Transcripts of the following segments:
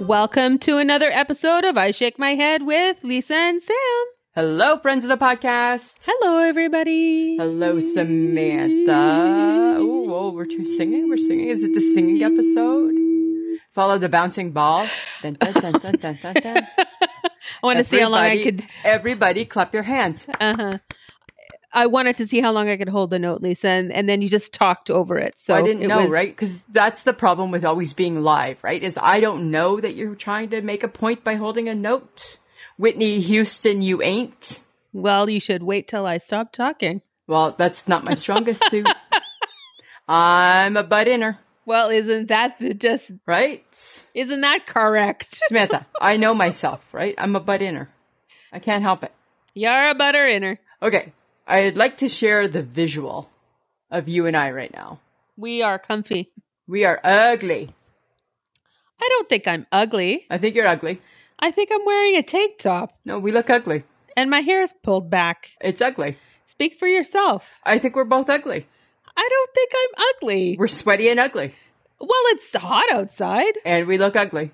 Welcome to another episode of I Shake My Head with Lisa and Sam. Hello, friends of the podcast. Hello, everybody. Hello, Samantha. Ooh, whoa, we're two singing. We're singing. Is it the singing episode? Follow the bouncing ball. Dun, dun, dun, dun, dun, dun, dun. I want to see how long I Everybody- could. Everybody, clap your hands. Uh huh. I wanted to see how long I could hold the note, Lisa, and, and then you just talked over it. So I didn't it know, right? was- 'Cause right? Because that's the problem with always being live, right? Is I don't know that you're trying to make a point by holding a note. Whitney Houston, you ain't. Well, you should wait till I stop talking. Well, that's not my strongest suit. I'm a butt inner, Well, isn't that the just? right? Isn't that correct? Samantha, I know myself, right? I'm a butt inner. I can't help it. You're a butter inner. Okay, I'd like to share the visual of you and I right now. We are comfy. We are ugly. I don't think I'm ugly. I think you're ugly. I think I'm wearing a tank top No, we look ugly. and my hair is pulled back. It's ugly. Speak for yourself. I think we're both ugly. I don't think I'm ugly. We're sweaty and ugly, Well, it's hot outside. and we look ugly.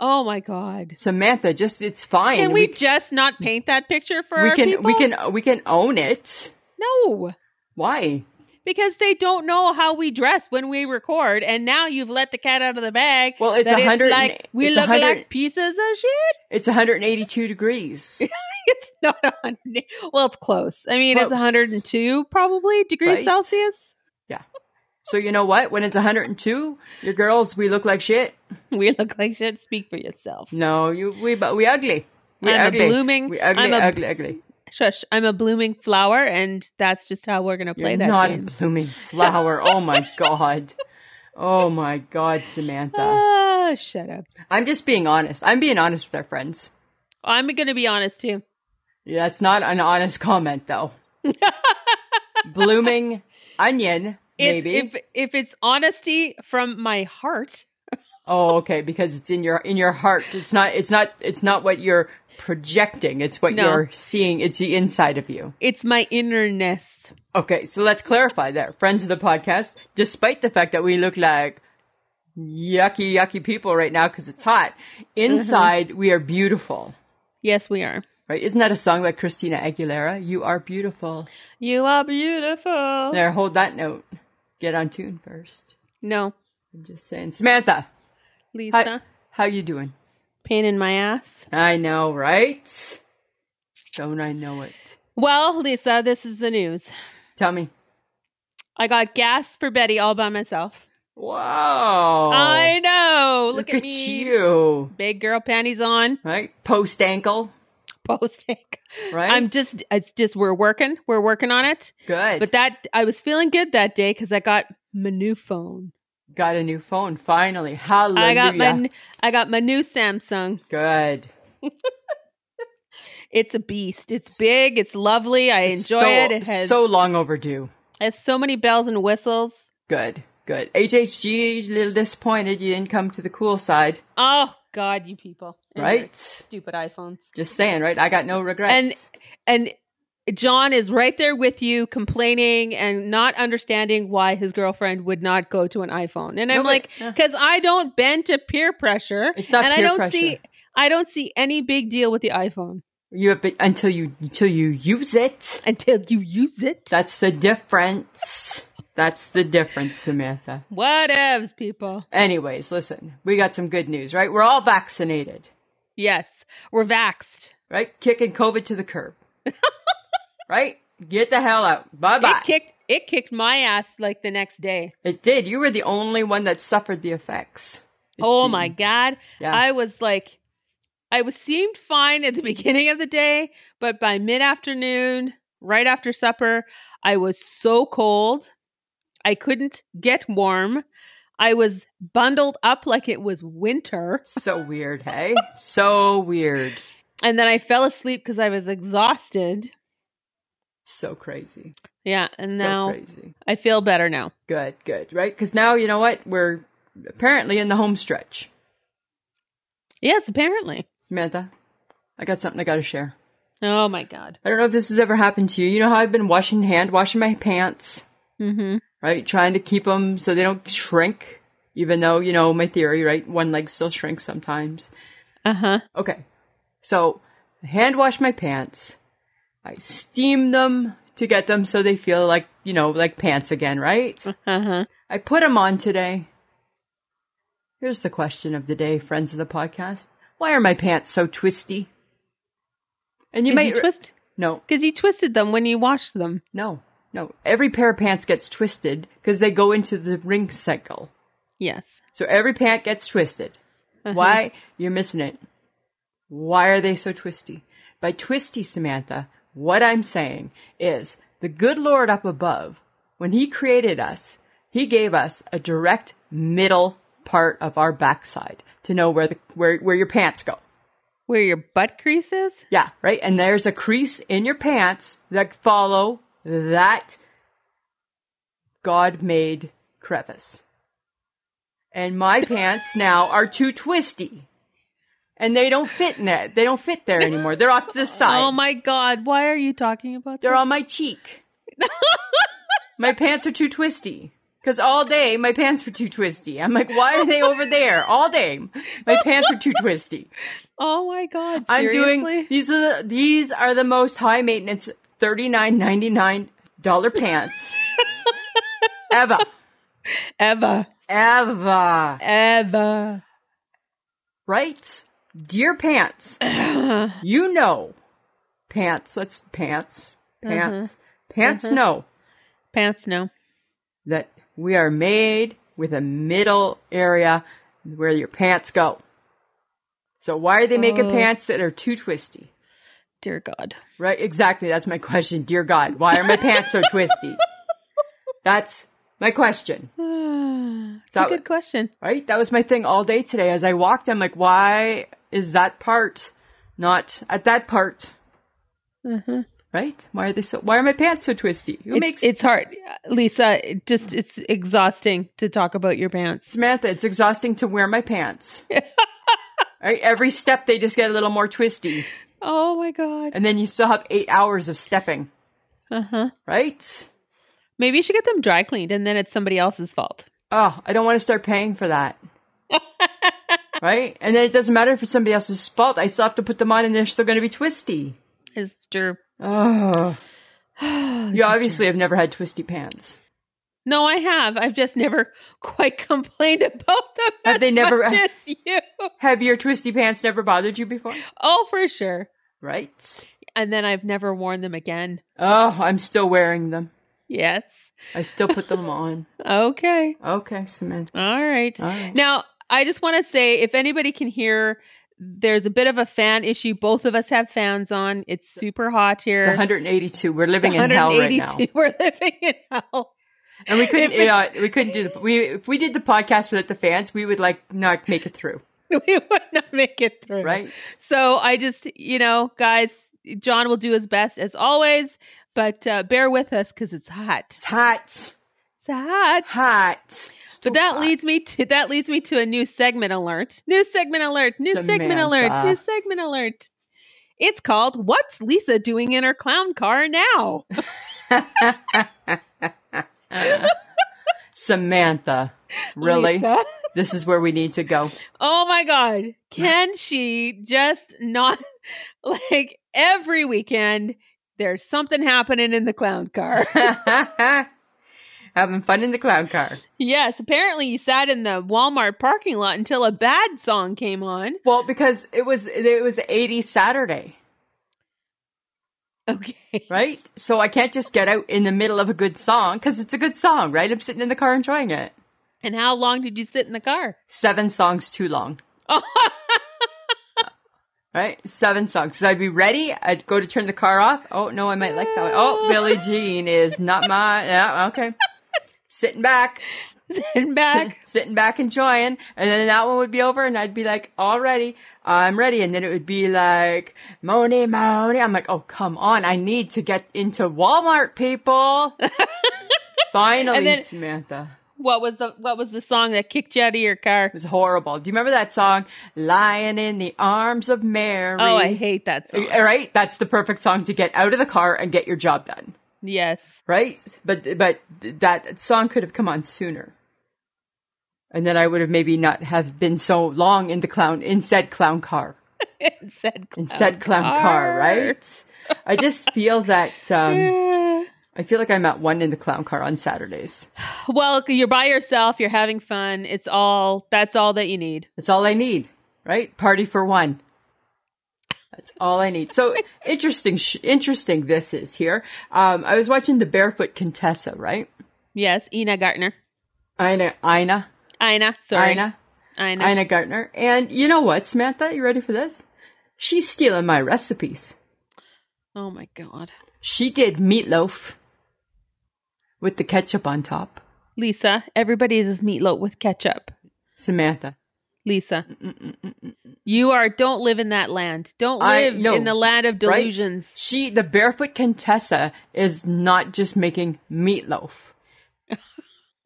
Oh my god. Samantha, just it's fine. Can we, just not paint that picture for we our can people? we can we can own it. No. Why? Because they don't know how we dress when we record, and now you've let the cat out of the bag. Well, it's that 100 like we it's look 100 like pieces of shit. It's 182 degrees. It's not a hundred. Well, it's close. I mean, it's Close. 102 probably degrees Right. Celsius. so you know what? When it's 102, your girls we look like shit. We look like shit. Speak for yourself. No, you we but we ugly. We I'm a ugly. blooming- We ugly, I'm a- ugly, ugly. Shush, I'm a blooming flower, and that's just how we're gonna play You're that not game. a blooming flower. Oh my god. Oh my god, Samantha. Ah, shut up. I'm just being honest. I'm being honest with our friends. I'm gonna be honest too. Yeah, That's not an honest comment though. blooming onion, It's, maybe. if if it's honesty from my heart, Oh, okay, because it's in your in your heart. It's not it's not it's not what you're projecting. It's what No. you're seeing. It's the inside of you. it's my innerness. Okay, so let's clarify that. Friends of the podcast, despite the fact that we look like yucky yucky people right now cuz it's hot, Mm-hmm. inside we are beautiful. Yes, we are. Right? Isn't that a song by Christina Aguilera? You are beautiful. You are beautiful. There, hold that note. Get on tune first. No, I'm just saying, Samantha, Lisa, hi, how you doing? pain in my ass. I know, right? Don't I know it? Well, Lisa, this is the news. Tell me. I got gas for Betty all by myself. Wow. I know. Oh. Look, Look, at, at, me. you. Big girl panties on. Right? Post ankle. Posting. Right? I'm just. It's just we're working. We're working on it. good. But that I was feeling good that day because I got my new phone. got a new phone finally. Hallelujah. I got my n- I got my new Samsung. good. It's a beast. It's big. It's lovely. I enjoy so, it. It has so so, long overdue. has so many bells and whistles. Good. Good. HHG a little disappointed you didn't come to the cool side. Oh God, you people! Right? Stupid iPhones. Just saying, right? I got no regrets. And- And John is right there with you, complaining and not understanding why his girlfriend would not go to an iPhone. And I'm No, but- like, yeah. because I don't bend to peer pressure, it's not and peer I don't pressure. see I don't see any big deal with the iPhone you have been, until you until you use it. until you use it. That's the difference. That's the difference, Samantha. Whatevs, people. Anyways, listen, we got some good news, right? We're all vaccinated, Yes, we're vaxxed. right? Kicking COVID to the curb, right? Get the hell out. Bye bye. It kicked it kicked my ass like the next day. It did. You were the only one that suffered the effects. it oh seemed. my god. Yeah. I was like I was seemed fine at the beginning of the day, but by mid-afternoon, right after supper, I was so cold. I couldn't get warm. I was bundled up like it was winter, so weird, hey? So weird. and then I fell asleep cuz I was exhausted. So crazy. Yeah, and so now crazy. I feel better now. Good, good, right? Because now you know what? We're apparently in the home stretch. Yes, apparently. Samantha, I got something I got to share. Oh my god. I don't know if this has ever happened to you. You know how I've been washing hand washing my pants. Mhm. right? Trying to keep them so they don't shrink, even though, you know, my theory, right? One leg still shrinks sometimes. Uh huh. Okay. So I hand wash my pants. I steam them to get them so they feel like, you know, like pants again, right? Uh huh. I put them on today. Here's the question of the day, friends of the podcast. Why are my pants so twisty? And you Because you might twist. no, Because you twisted them when you washed them. no, no. Every pair of pants gets twisted because they go into the ring cycle. Yes. So every pant gets twisted. Uh-huh. Why? You're missing it. Why are they so twisty? By twisty, Samantha, what I'm saying is the good Lord up above, when He created us, He gave us a direct middle part of our backside to know where the, where, where your pants go. Where your butt crease is? Yeah, right? And there's a crease in your pants that follow that God made crevice. And my pants now are too twisty. And they don't fit in that. They don't fit there anymore. They're off to the side. Oh my God. Why are you talking about They're this? on my cheek. my pants are too twisty. Because all day my pants were too twisty. I'm like, why are they over there? All day my pants are too twisty. oh my God. I'm Seriously? doing these are the, these are the most high maintenance thirty nine ninety nine dollar pants ever Eva. ever Eva. right dear pants you know pants let's pants Uh-huh. pants pants know Pants, no. that we are made with a middle area where your pants go so why are they making Oh. pants that are too twisty Dear God. Right, exactly. That's my question. Dear God, why are my pants so twisty? That's my question. it's a That- good question. Right? That was my thing all day today. As I walked, I'm like, why is that part not at that part? Uh-huh. Right? Why are they so? Why are my pants so twisty? Who It's, makes it's hard. Lisa, it just it's exhausting to talk about your pants. Samantha? It's exhausting to wear my pants. right? Every step they just get a little more twisty, Oh my God. and then you still have eight hours of stepping. Uh-huh. Right? Maybe you should get them dry cleaned and then it's somebody else's fault. oh, I don't want to start paying for that. right? And then it doesn't matter if it's somebody else's fault. I still have to put them on and they're still going to be twisty. It's true. This Oh. is You obviously have never had twisty pants. No, I have. I've just never quite complained about them. Have as they never- much as you? Have your twisty pants never bothered you before? Oh, for sure. Right? And then I've never worn them again. Oh, I'm still wearing them. Yes. I still put them on. Okay. Okay, Samantha. All right. All right. Now, I just want to say if anybody can hear, there's a bit of a fan issue. Both of us have fans on. It's super hot here. It's 182. We're It's living in hell right now, 182. We're living in hell. and we couldn't. If it's- yeah, we couldn't do the. We if we did the podcast without the fans, we would like not make it through, We would not make it through. right? So I just, you know, guys, John will do his best as always, but uh, bear with us because it's hot. It's hot, It's hot. hot. It's too But that hot. leads me to that leads me to a new segment alert. New segment alert. New segment alert. New Samantha. segment alert. It's called "What's Lisa Doing in Her Clown Car Now?" Uh-huh. Samantha, really? Lisa? This is where we need to go. Oh my God! Can she just not like every weekend? There's something happening in the clown car. Having fun in the clown car. Yes, apparently you sat in the Walmart parking lot until a bad song came on. Well, because it was it was 80 Saturday, Okay. right? So I can't just get out in the middle of a good song because it's a good song, right? I'm sitting in the car enjoying it. And how long did you sit in the car? Seven songs too long, Oh, right? Seven songs. So I'd be ready. I'd go to turn the car off. Oh no, I might like that one. Oh, Billie Jean is not my. Yeah, okay. Sitting back. sitting back. sitting back enjoying and then that one would be over and I'd be like all ready I'm ready and then it would be like Moni Moni I'm like oh come on I need to get into Walmart people finally And then- Samantha What was the what was the song that kicked you out of your car? it was horrible do you remember that song lying in the arms of Mary Oh, I hate that song. all right that's the perfect song to get out of the car and get your job done Yes. right but but that song could have come on sooner And then I would have maybe not have been so long in the clown, in said clown car, and said clown in said clown car, right? I just feel that, um, Yeah. I feel like I'm at one in the clown car on Saturdays. Well, you're by yourself. You're having fun. It's all. That's all that you need. That's all I need, right? Party for one. That's all I need. So interesting, sh- interesting this is here. Um, I was watching the Barefoot Contessa, right? Yes, Ina Gartner. Ina, Ina, Ina. Sorry. Ina, Ina. Ina Gartner. And you know what, Samantha? You ready for this? She's stealing my recipes. Oh my god. She did meatloaf with the ketchup on top. Lisa, everybody is meatloaf with ketchup. Samantha. Lisa, you are don't live in that land. Don't I live know, in the land of right? delusions. She, the barefoot Contessa, is not just making meatloaf.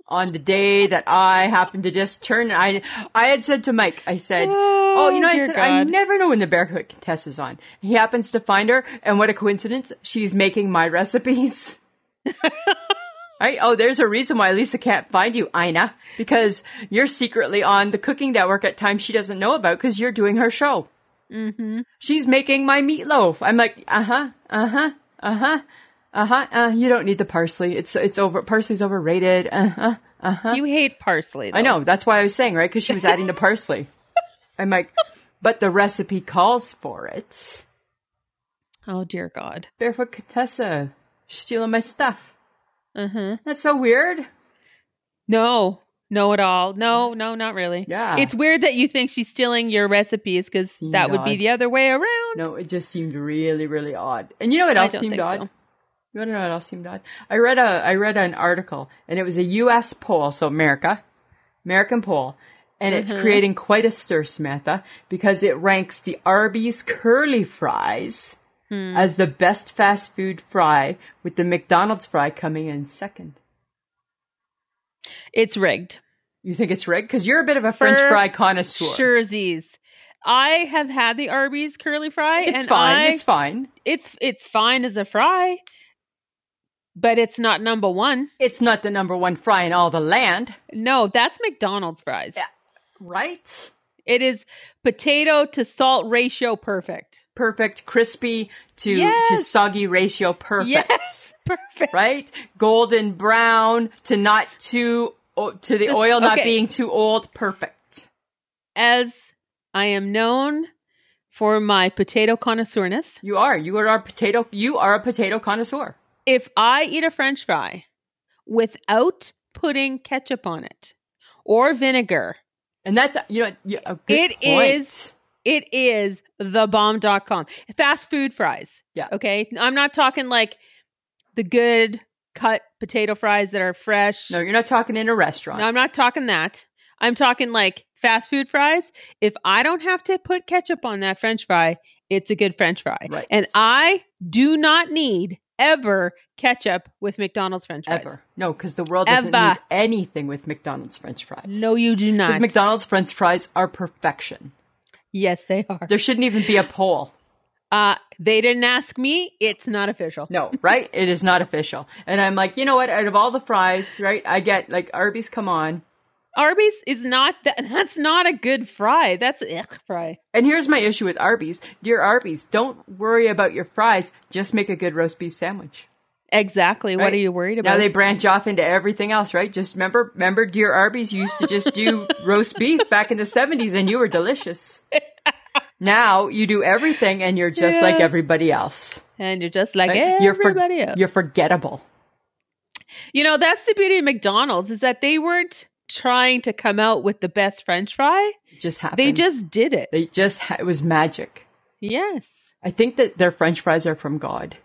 On the day that I happened to just turn, I I had said to Mike, I said, "Oh, you know," I dear said, "I God. never know when the barefoot Contessa's on." He happens to find her, and what a coincidence! She's making my recipes. Right? Oh, there's a reason why Lisa can't find you, Ina, because you're secretly on the cooking network at times she doesn't know about because you're doing her show Mm-hmm. she's making my meatloaf. I'm like, uh huh, uh huh, uh huh, uh huh. Uh, you don't need the parsley. It's it's over. Parsley's overrated. Uh huh. You hate parsley. Though. I know. That's why I was saying right because she was adding the parsley. I'm like, but the recipe calls for it. Oh dear God. Barefoot Contessa she's stealing my stuff. Uh huh. That's so weird. No, no, at all. No, no, not really. Mm. Yeah. It's weird that you think she's stealing your recipes because See, that no, would I- be the other way around. No, it just seemed really, really odd. And you know what I else don't seemed think odd? so. You want to know what else seemed odd? I read a I read an article, and it was a U.S. poll, so America, American poll, and it's Mm-hmm. creating quite a stir, Samantha, because it ranks the Arby's curly fries Hmm. as the best fast food fry, with the McDonald's fry coming in second. It's rigged. You think it's rigged? Because you're a bit of a French For fry connoisseur. Sherzies. I have had the Arby's curly fry, it's and fine. I It's fine. it's it's fine as a fry, but it's not number one. It's not the number one fry in all the land, No, that's McDonald's fries. Yeah. right? It is potato to salt ratio perfect. Perfect, crispy to to Yes. soggy ratio, perfect. Yes, perfect. right? Golden brown to not too o- to the This- oil not okay. being too old. Perfect. As I am known for my potato connoisseurness, You are. You are a potato. You are a potato connoisseur. if I eat a french fry without putting ketchup on it or vinegar, And that's you know you- a good It point. is- it is thebomb.com. Fast food fries. Yeah. Okay. I'm not talking like the good cut potato fries that are fresh. No, you're not talking in a restaurant. No, I'm not talking that. I'm talking like fast food fries. If I don't have to put ketchup on that french fry, it's a good french fry. Right. And I do not need ever ketchup with McDonald's french fries. Ever. No, because the world doesn't Ever. need anything with McDonald's French fries. No, you do because not. McDonald's French fries are perfection. Yes, they are. There shouldn't even be a poll. Uh, they didn't ask me. It's not official. No, right? It is not official. And I'm like, you know what? Out of all the fries, right? I get like Arby's. Come on. Arby's is not that. That's not a good fry. That's ugh fry. And here's my issue with Arby's. Dear Arby's, don't worry about your fries. Just make a good roast beef sandwich. Exactly. What Right. are you worried Now about? they branch off into everything else, right? Just remember, remember, dear Arby's you used to just do roast beef back in the 70s and you were delicious. Now you do everything and you're just like Yeah. everybody else. and you're just like right? You're for- everybody else. You're forgettable. You know, that's the beauty of McDonald's is that they weren't trying to come out with the best french fry. It just happened. They just did it. they just, ha- it was magic. Yes. I think that their french fries are from God,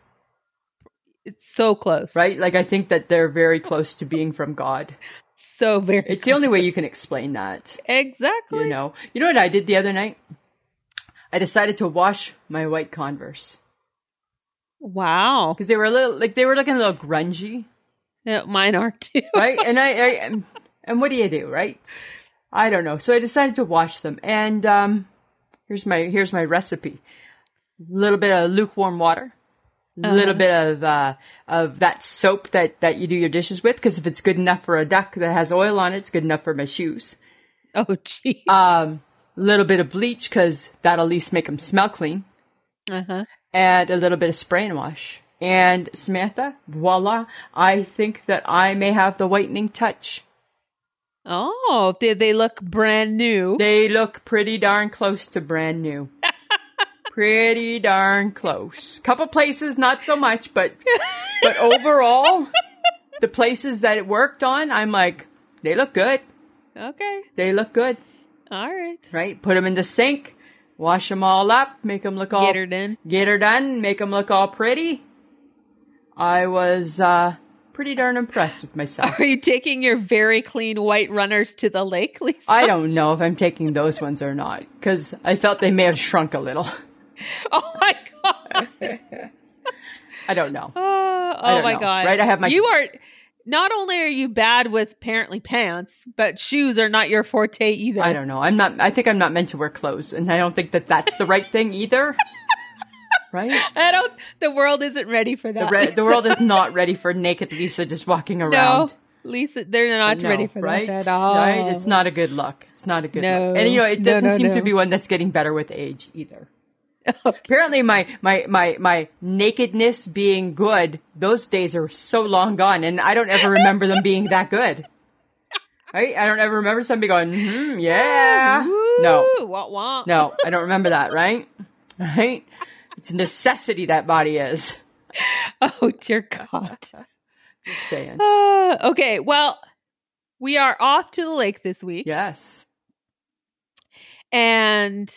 It's so close. right? Like I think that they're very close to being from God. So very It's the only way you close. can explain that. Exactly. You know, you know what I did the other night? I decided to wash my white Converse Wow. because they were a little, like they were looking a little grungy, Yeah, Mine are too. right? and I, I and, and what do you do, right? I don't know. So I decided to wash them, and um, here's my here's my recipe: a little bit of lukewarm water, a little bit of uh, of that soap that that you do your dishes with, because if it's good enough for a duck that has oil on it, it's good enough for my shoes. Oh, jeez. um, a little bit of bleach because that'll at least make them smell clean, Uh huh. and a little bit of spray and wash. And Samantha, voila, I think that I may have the whitening touch. Oh, they they look brand new. They look pretty darn close to brand new. pretty darn close. Couple places, not so much, but but overall, the places that it worked on, I'm like, they look good. okay. They look good, All right. right? Put them in the sink, wash them all up, make them look all Get her done. get her done, make them look all pretty. I was uh, pretty darn impressed with myself. Are you taking your very clean white runners to the lake, Lisa? I don't know if I'm taking those ones or not because I felt they may have shrunk a little. oh my god. I don't know. Oh, don't oh my know, god. right? I have my- You are not only are you bad with apparently pants, but shoes are not your forte either. I don't know. I'm not. I think I'm not meant to wear clothes, and I don't think that that's the right thing either. Right? I don't the world isn't ready for The, that. re- Lisa. the world is not ready for naked Lisa just walking No. around. Lisa, they're not No, ready for right? that at all. Right? It's not a good look. It's not a good No. look. And you know, it No, doesn't no, seem to no. be one that's getting better with age either. Apparently, my my my my nakedness being good those days are so long gone, and I don't ever remember them being that good. Right? I don't ever remember somebody going, hmm, yeah, no, Woo, wah, wah. no, I don't remember that. Right? Right? It's a necessity that body is. Oh dear God. Just saying. Uh, okay, well, we are off to the lake this week. Yes. And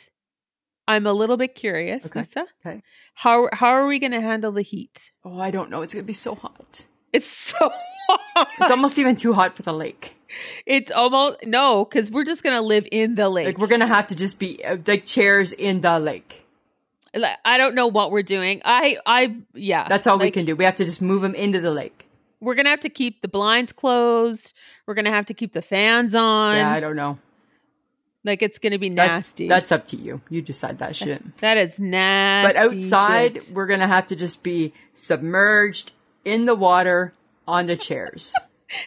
I'm a little bit curious, Okay, Lisa. okay. How how are we gonna handle the heat? Oh, I don't know. It's gonna be so hot. It's so hot. It's almost even too hot for the lake. It's almost no, because we're just gonna live in the lake. Like we're gonna have to just be uh, like chairs in the lake. Like, I don't know what we're doing. I I yeah. That's all we like, can do. We have to just move them into the lake. We're gonna have to keep the blinds closed. We're gonna have to keep the fans on. yeah, I don't know. like it's gonna be That's- nasty. That's, up to you. You decide that shit. that is nasty. But outside, shit. we're gonna have to just be submerged in the water on the chairs.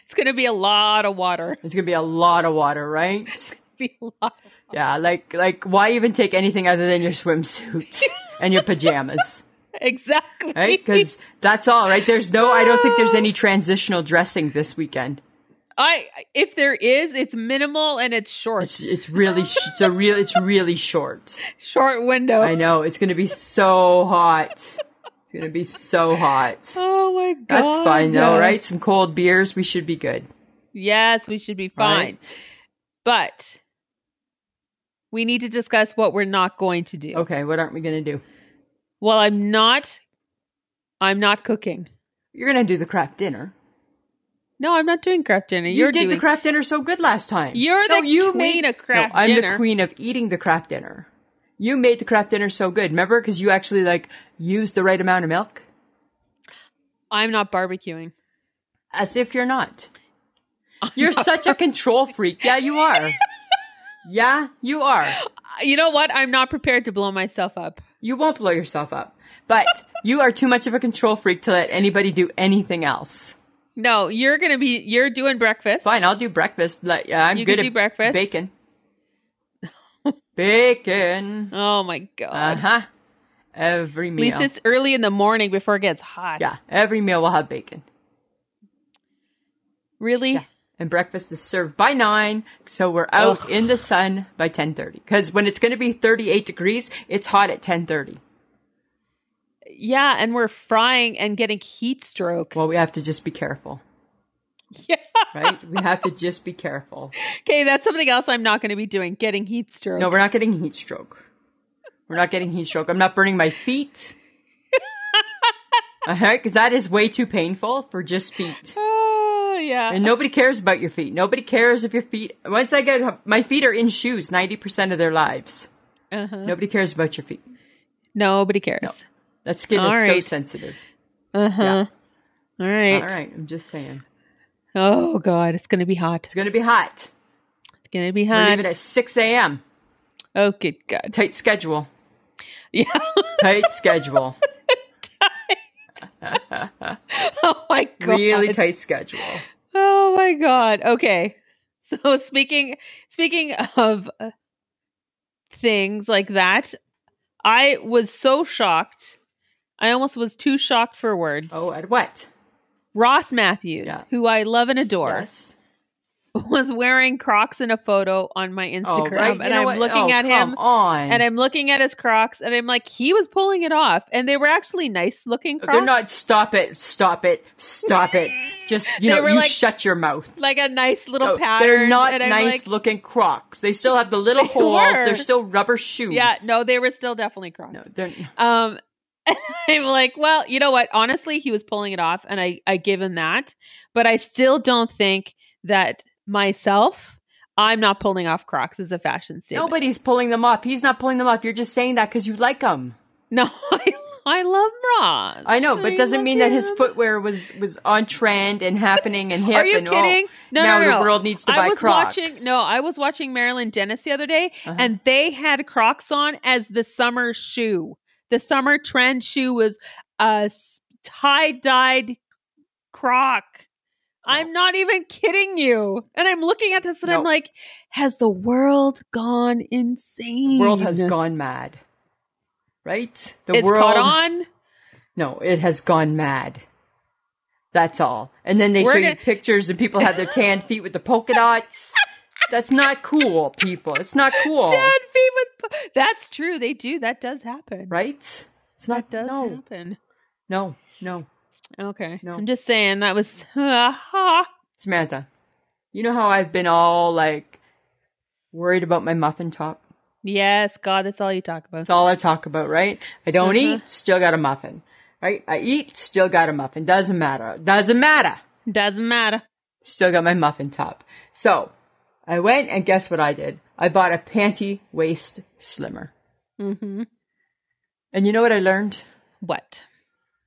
it's gonna be a lot of water. it's gonna be a lot of water, right? Be a lot. Yeah, like like why even take anything other than your swimsuit and your pajamas? Exactly. Right? Because that's all, right? There's no, I don't think there's any transitional dressing this weekend. I if there is, it's minimal and it's short. It's it's really sh- it's a real it's really short. short window. I know it's gonna be so hot. It's gonna be so hot. Oh my god. That's fine though, Uh, right? Some cold beers, we should be good. Yes, we should be fine. right? But we need to discuss what we're not going to do. Okay, what aren't we gonna do? Well, I'm not I'm not cooking. You're gonna do the crap dinner. No, I'm not doing crap dinner. You You're did the doing crap dinner so good last time. You're No, the you queen made- of crap no, I'm the dinner. queen of eating the crap dinner. You made the crap dinner so good. Remember, because you actually like used the right amount of milk. I'm not barbecuing. As if you're not. You're such a control freak. Yeah, you are. yeah, you are. Uh, You know what? I'm not prepared to blow myself up. You won't blow yourself up, but you are too much of a control freak to let anybody do anything else. No, you're going to be you're doing breakfast. Fine, I'll do breakfast. Like, yeah, I'm You good can at do breakfast. Bacon. bacon. Oh my god. Uh huh. Every At least meal. it's early in the morning before it gets hot. Yeah, every meal will have bacon. Really? Yeah. And breakfast is served by nine, so we're out Ugh. in the sun by ten thirty. Because when it's going to be thirty-eight degrees, it's hot at ten thirty. Yeah, and we're frying and getting heat stroke. Well, we have to just be careful, yeah. right? we have to just be careful. Okay, that's something else I'm not going to be doing. Getting heat stroke. No, we're not getting heat stroke. We're not getting heat stroke. I'm not burning my feet. Alright, because that is way too painful for just feet. Oh, yeah. And nobody cares about your feet. Nobody cares if your feet. Once I get my feet are in shoes, ninety percent of their lives. uh-huh. Nobody cares about your feet. Nobody cares. That skin All is so right. sensitive. Uh-huh. All right. All right, I'm just saying Oh god, it's going to be hot. it's gonna be hot. It's going to be We're hot. leaving at six a.m. Oh good god. Tight schedule. Yeah. Tight schedule. oh my god. Really tight schedule. Oh my god. Okay. So speaking speaking of uh, things like that, I was so shocked. I almost was too shocked for words. Oh, at what? Ross Matthews, Yeah. who I love and adore, Yes. was wearing Crocs in a photo on my Oh, Instagram, right. You and know I'm what? looking Oh, at come him. On. And I'm looking at his Crocs, and I'm like, he was pulling it off, and they were actually nice looking Crocs. They're not. Stop it! Stop it! Stop it! Just you They know, were you like- shut your mouth. like a nice little No, pattern. They're not and I'm nice like, looking Crocs. They still have the little They holes. were. They're still rubber shoes. Yeah, no, they were still definitely Crocs. no, they're Um, and I'm like, well, you know what? Honestly, he was pulling it off, and I I give him that. But I still don't think that myself, I'm not pulling off Crocs as a fashion statement. nobody's pulling them up. He's not pulling them up. You're just saying that because you like them. no, I, I love Ross. I know, but I doesn't love mean that his him. footwear was was on trend and happening and hip. Are you and, oh, kidding? No, now no, no. the world needs to buy I was Crocs. watching. No, I was watching Marilyn Dennis the other day, Uh-huh. and they had Crocs on as the summer shoe. The summer trend shoe was a tie dyed Croc. I'm not even kidding you. And I'm looking at this, and I'm No. like, has the world gone insane? the world has Mm-hmm. gone mad. Right? The it's world caught on. No, it has gone mad. That's all. And then they We're show gonna- you pictures and people have their tan feet with the polka dots. That's not cool, people. It's not cool. Dead feet with. po- That's true. They do. That does happen. Right? It's That not does no. happen. No, no. Okay. No. I'm just saying that was uh-huh. ha. Samantha, you know how I've been all like worried about my muffin top? Yes, God, that's all you talk about. That's all I talk about, right? I don't Uh-huh. eat, still got a muffin. Right? I eat, still got a muffin. Doesn't matter. Doesn't matter. Doesn't matter. Still got my muffin top. So I went and guess what I did? I bought a panty waist slimmer. hmm Mm-hmm. And you know what I learned? What?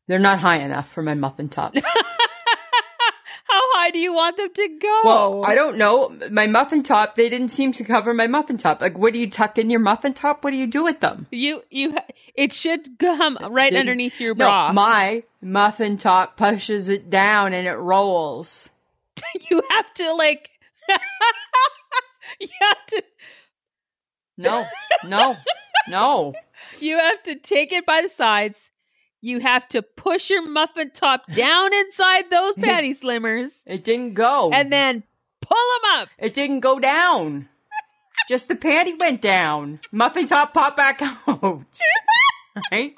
They're not high enough for my muffin top. How high do you want them to go? Well, I don't know. My muffin top, they didn't seem to cover my muffin top. Like, what do you tuck in your muffin top? What do you do with them? You you. ha- It should come right didn't- underneath your bra. No, my muffin top pushes it down and it rolls. you have to like. you have to. No, no, no. You have to take it by the sides. You have to push your muffin top down inside those panty slimmers, It didn't go. and then pull them up. it didn't go down. Just the panty went down. Muffin top popped back out. Right?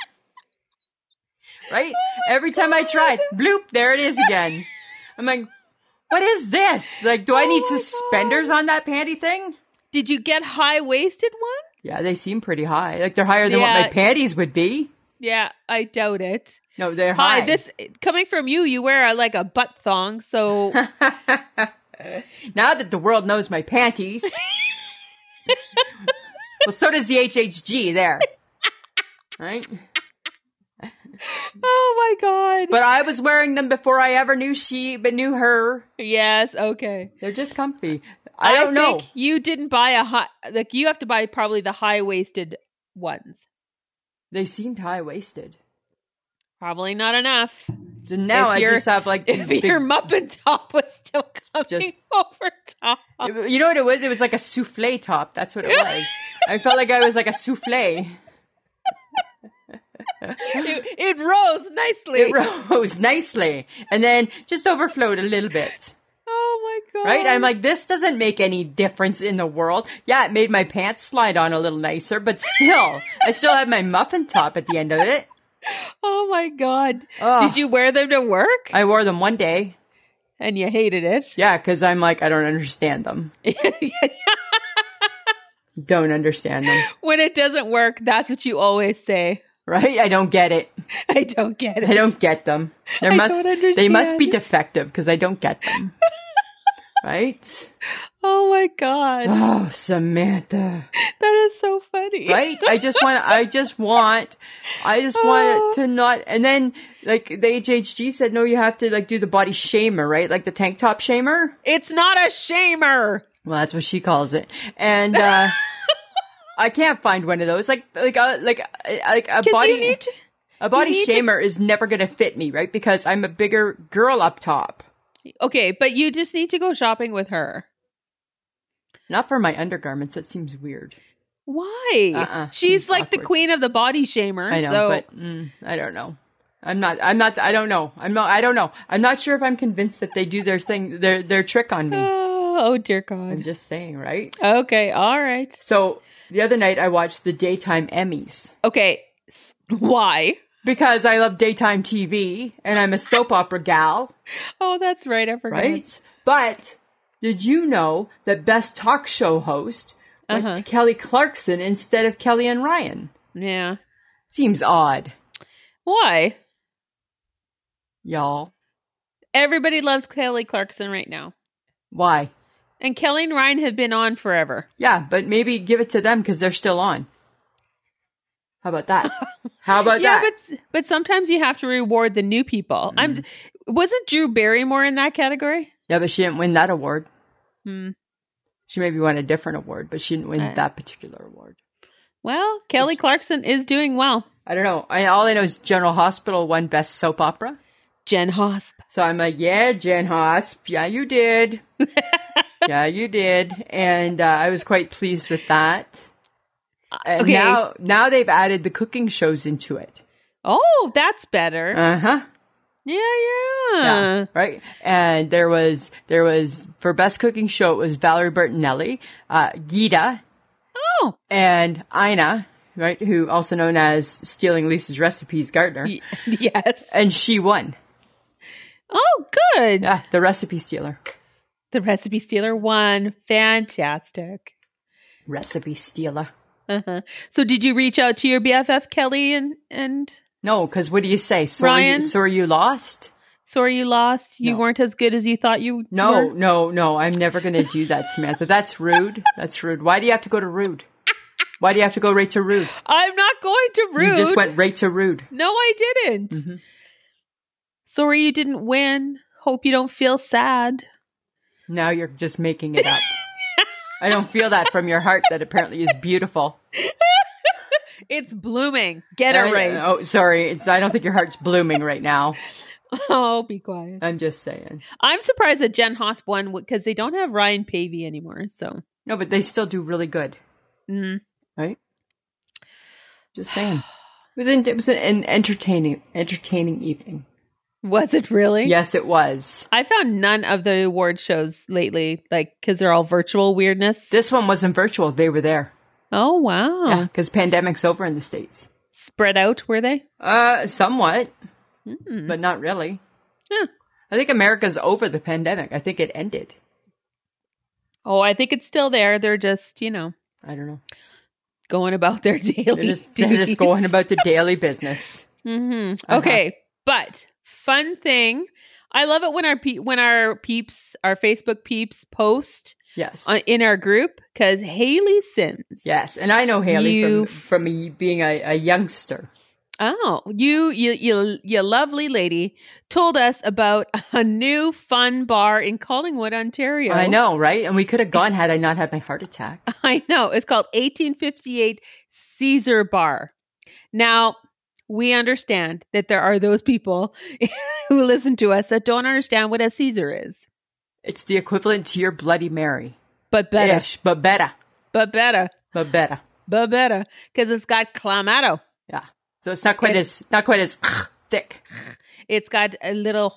Right? Oh Every time I tried, bloop, there it is again. I'm like, what is this? Like, do I Oh need my suspenders on that panty thing? Did you get high waisted one? Yeah, they seem pretty high. Like, they're higher than what Yeah. my panties would be. Yeah, I doubt it. No, they're high. Hi, this coming from you. You wear a, like a butt thong, so now that the world knows my panties. well, so does the HHG there. Right? oh my god. But I was wearing them before I ever knew she, but knew her. yes, okay. They're just comfy. I don't know. think You didn't buy a high. Like you have to buy probably the high waisted ones. They seemed high waisted. Probably not enough. So now If I you're- just have like If these big, your muffin top was still coming Just- over top. you know what it was? It was like a souffle top. That's what it was. I felt like I was like a souffle. It, it rose nicely. It rose nicely and then just overflowed a little bit. oh my god. Right? I'm like, this doesn't make any difference in the world. Yeah, it made my pants slide on a little nicer, but still, I still have my muffin top at the end of it. Oh my god. Oh, Did you wear them to work? I wore them one day. and you hated it. Yeah, because I'm like, I don't understand them. Don't understand them. when it doesn't work, that's what you always say. Right? I don't get it. I don't get it. I don't get them. There I must don't they must be understand. defective because I don't get them. right? Oh my god, Oh, Samantha. that is so funny. right? I just want, I just want, I just want Oh. it to not. And then, like the HHG said, no, you have to like do the body shamer, right? Like the tank top shamer. It's not a shamer. Well, that's what she calls it. And uh I can't find one of those. Like, like, a, like, a, like a Because body, you need to. a body need to- shamer is never going to fit me, right? Because I'm a bigger girl up top. Okay, but you just need to go shopping with her. Not for my undergarments. That seems weird. Why? Uh-uh. She's It's like the awkward. queen of the body shamer. I know, so but mm, I don't know. I'm not. I'm not. I don't know. I'm not. I don't know. I'm not sure if I'm convinced that they do their thing, their their trick on me. oh, oh dear I'm God. just saying, right? Okay, all right. So the other night I watched the daytime Emmys Okay. s- Why? because I love daytime TV and I'm a soap opera gal, Oh, that's right. I forgot. right? But did you know that best talk show host went Uh-huh. to Kelly Clarkson instead of Kellyanne Ryan? Yeah. Seems odd, Why? y'all. Everybody loves Kelly Clarkson right now. Why? And Kelly and Ryan have been on forever. Yeah, but maybe give it to them because they're still on. How about that? How about yeah, that? but but sometimes you have to reward the new people. I'm Mm-hmm. wasn't Drew Barrymore in that category? yeah, but she didn't win that award. Hmm. She maybe won a different award, but she didn't win Uh. that particular award. Well, Kelly It's- Clarkson is doing well. I don't know. I, all I know is General Hospital won Best Soap Opera. Jen Hosp. So I'm like, yeah, Jen Hosp, yeah, you did. yeah, you did. And uh, I was quite pleased with that. And Okay. now, now they've added the cooking shows into it. Oh, that's better. Uh huh. yeah, Yeah, yeah. right. And there was there was for best cooking show it was Valerie Bertinelli, uh, Gita, Oh, and Ina, right, who also known as Stealing Lisa's Recipes Gardner, y- yes. and she won. Oh, good. Yeah, the recipe stealer. The recipe stealer won. Fantastic. Recipe stealer. Uh-huh. So, did you reach out to your BFF Kelly and and No, because what do you say? So are you, Ryan? so are you lost? sorry you lost? You No. weren't as good as you thought you No, were? no, no. I'm never going to do that, Samantha. That's rude. That's rude. Why do you have to go to rude? Why do you have to go right to rude? I'm not going to rude. You just went right to rude. No, I didn't. Mhm. Sorry you didn't win. Hope you don't feel sad. Now you're just making it up. I don't feel that from your heart that apparently is beautiful. It's blooming. Get it I- right. Oh, sorry. It's, I don't think your heart's blooming right now. Oh, be quiet. I'm just saying. I'm surprised that Jen Hosp won because they don't have Ryan Pavey anymore. So, No, but they still do really good. mm. Just saying. It was an, it was an entertaining entertaining evening. was it really? Yes, it was. I found none of the award shows lately, like because they're all virtual weirdness. This one wasn't virtual. They were there. oh wow, Yeah, because pandemic's over in the states. spread out were they? Uh, somewhat, Mm. but not really. Yeah. I think America's over the pandemic. I think it ended. Oh, I think it's still there. They're just you know I don't know. going about their daily. They're just, they're just going about their daily business. hmm Uh-huh. Okay, but fun thing, I love it when our pe- when our peeps, our Facebook peeps, post Yes. on, in our group because Haley Sims. Yes, and I know Haley You from, f- from me being a, a youngster. Oh, you, you, you, you lovely lady told us about a new fun bar in Collingwood, Ontario. I know, right? And we could have gone had I not had my heart attack. I know. It's called 1858 Caesar Bar. Now, we understand that there are those people who listen to us that don't understand what a Caesar is, It's the equivalent to your Bloody Mary. but better, Ish, but better. but better, But better. but better, because it's got clamato. Yeah. So it's not quite It's- as not quite as thick. It's got a little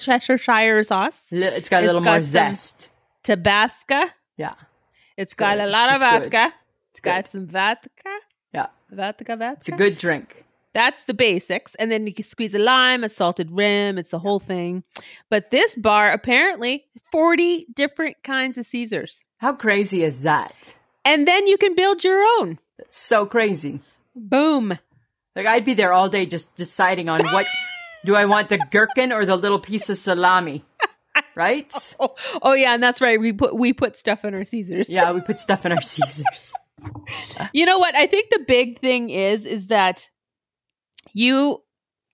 Worcestershire sauce, Li- It's got a It's little more got some- zest. Tabasco. Yeah. It's got good. a It's lot of just good. vodka. It's good. got some vodka. Yeah. Vodka, vodka. It's a good drink. That's the basics. And then you can squeeze a lime, a salted rim, it's the whole thing. But this bar, apparently, 40 different kinds of Caesars. How crazy is that? And then you can build your own. That's so crazy. Boom. Like I'd be there all day just deciding on what do I want the gherkin or the little piece of salami. Right? Oh, oh yeah, and that's right. We put we put stuff in our Caesars. Yeah, we put stuff in our Caesars. You know what? I think the big thing is is that you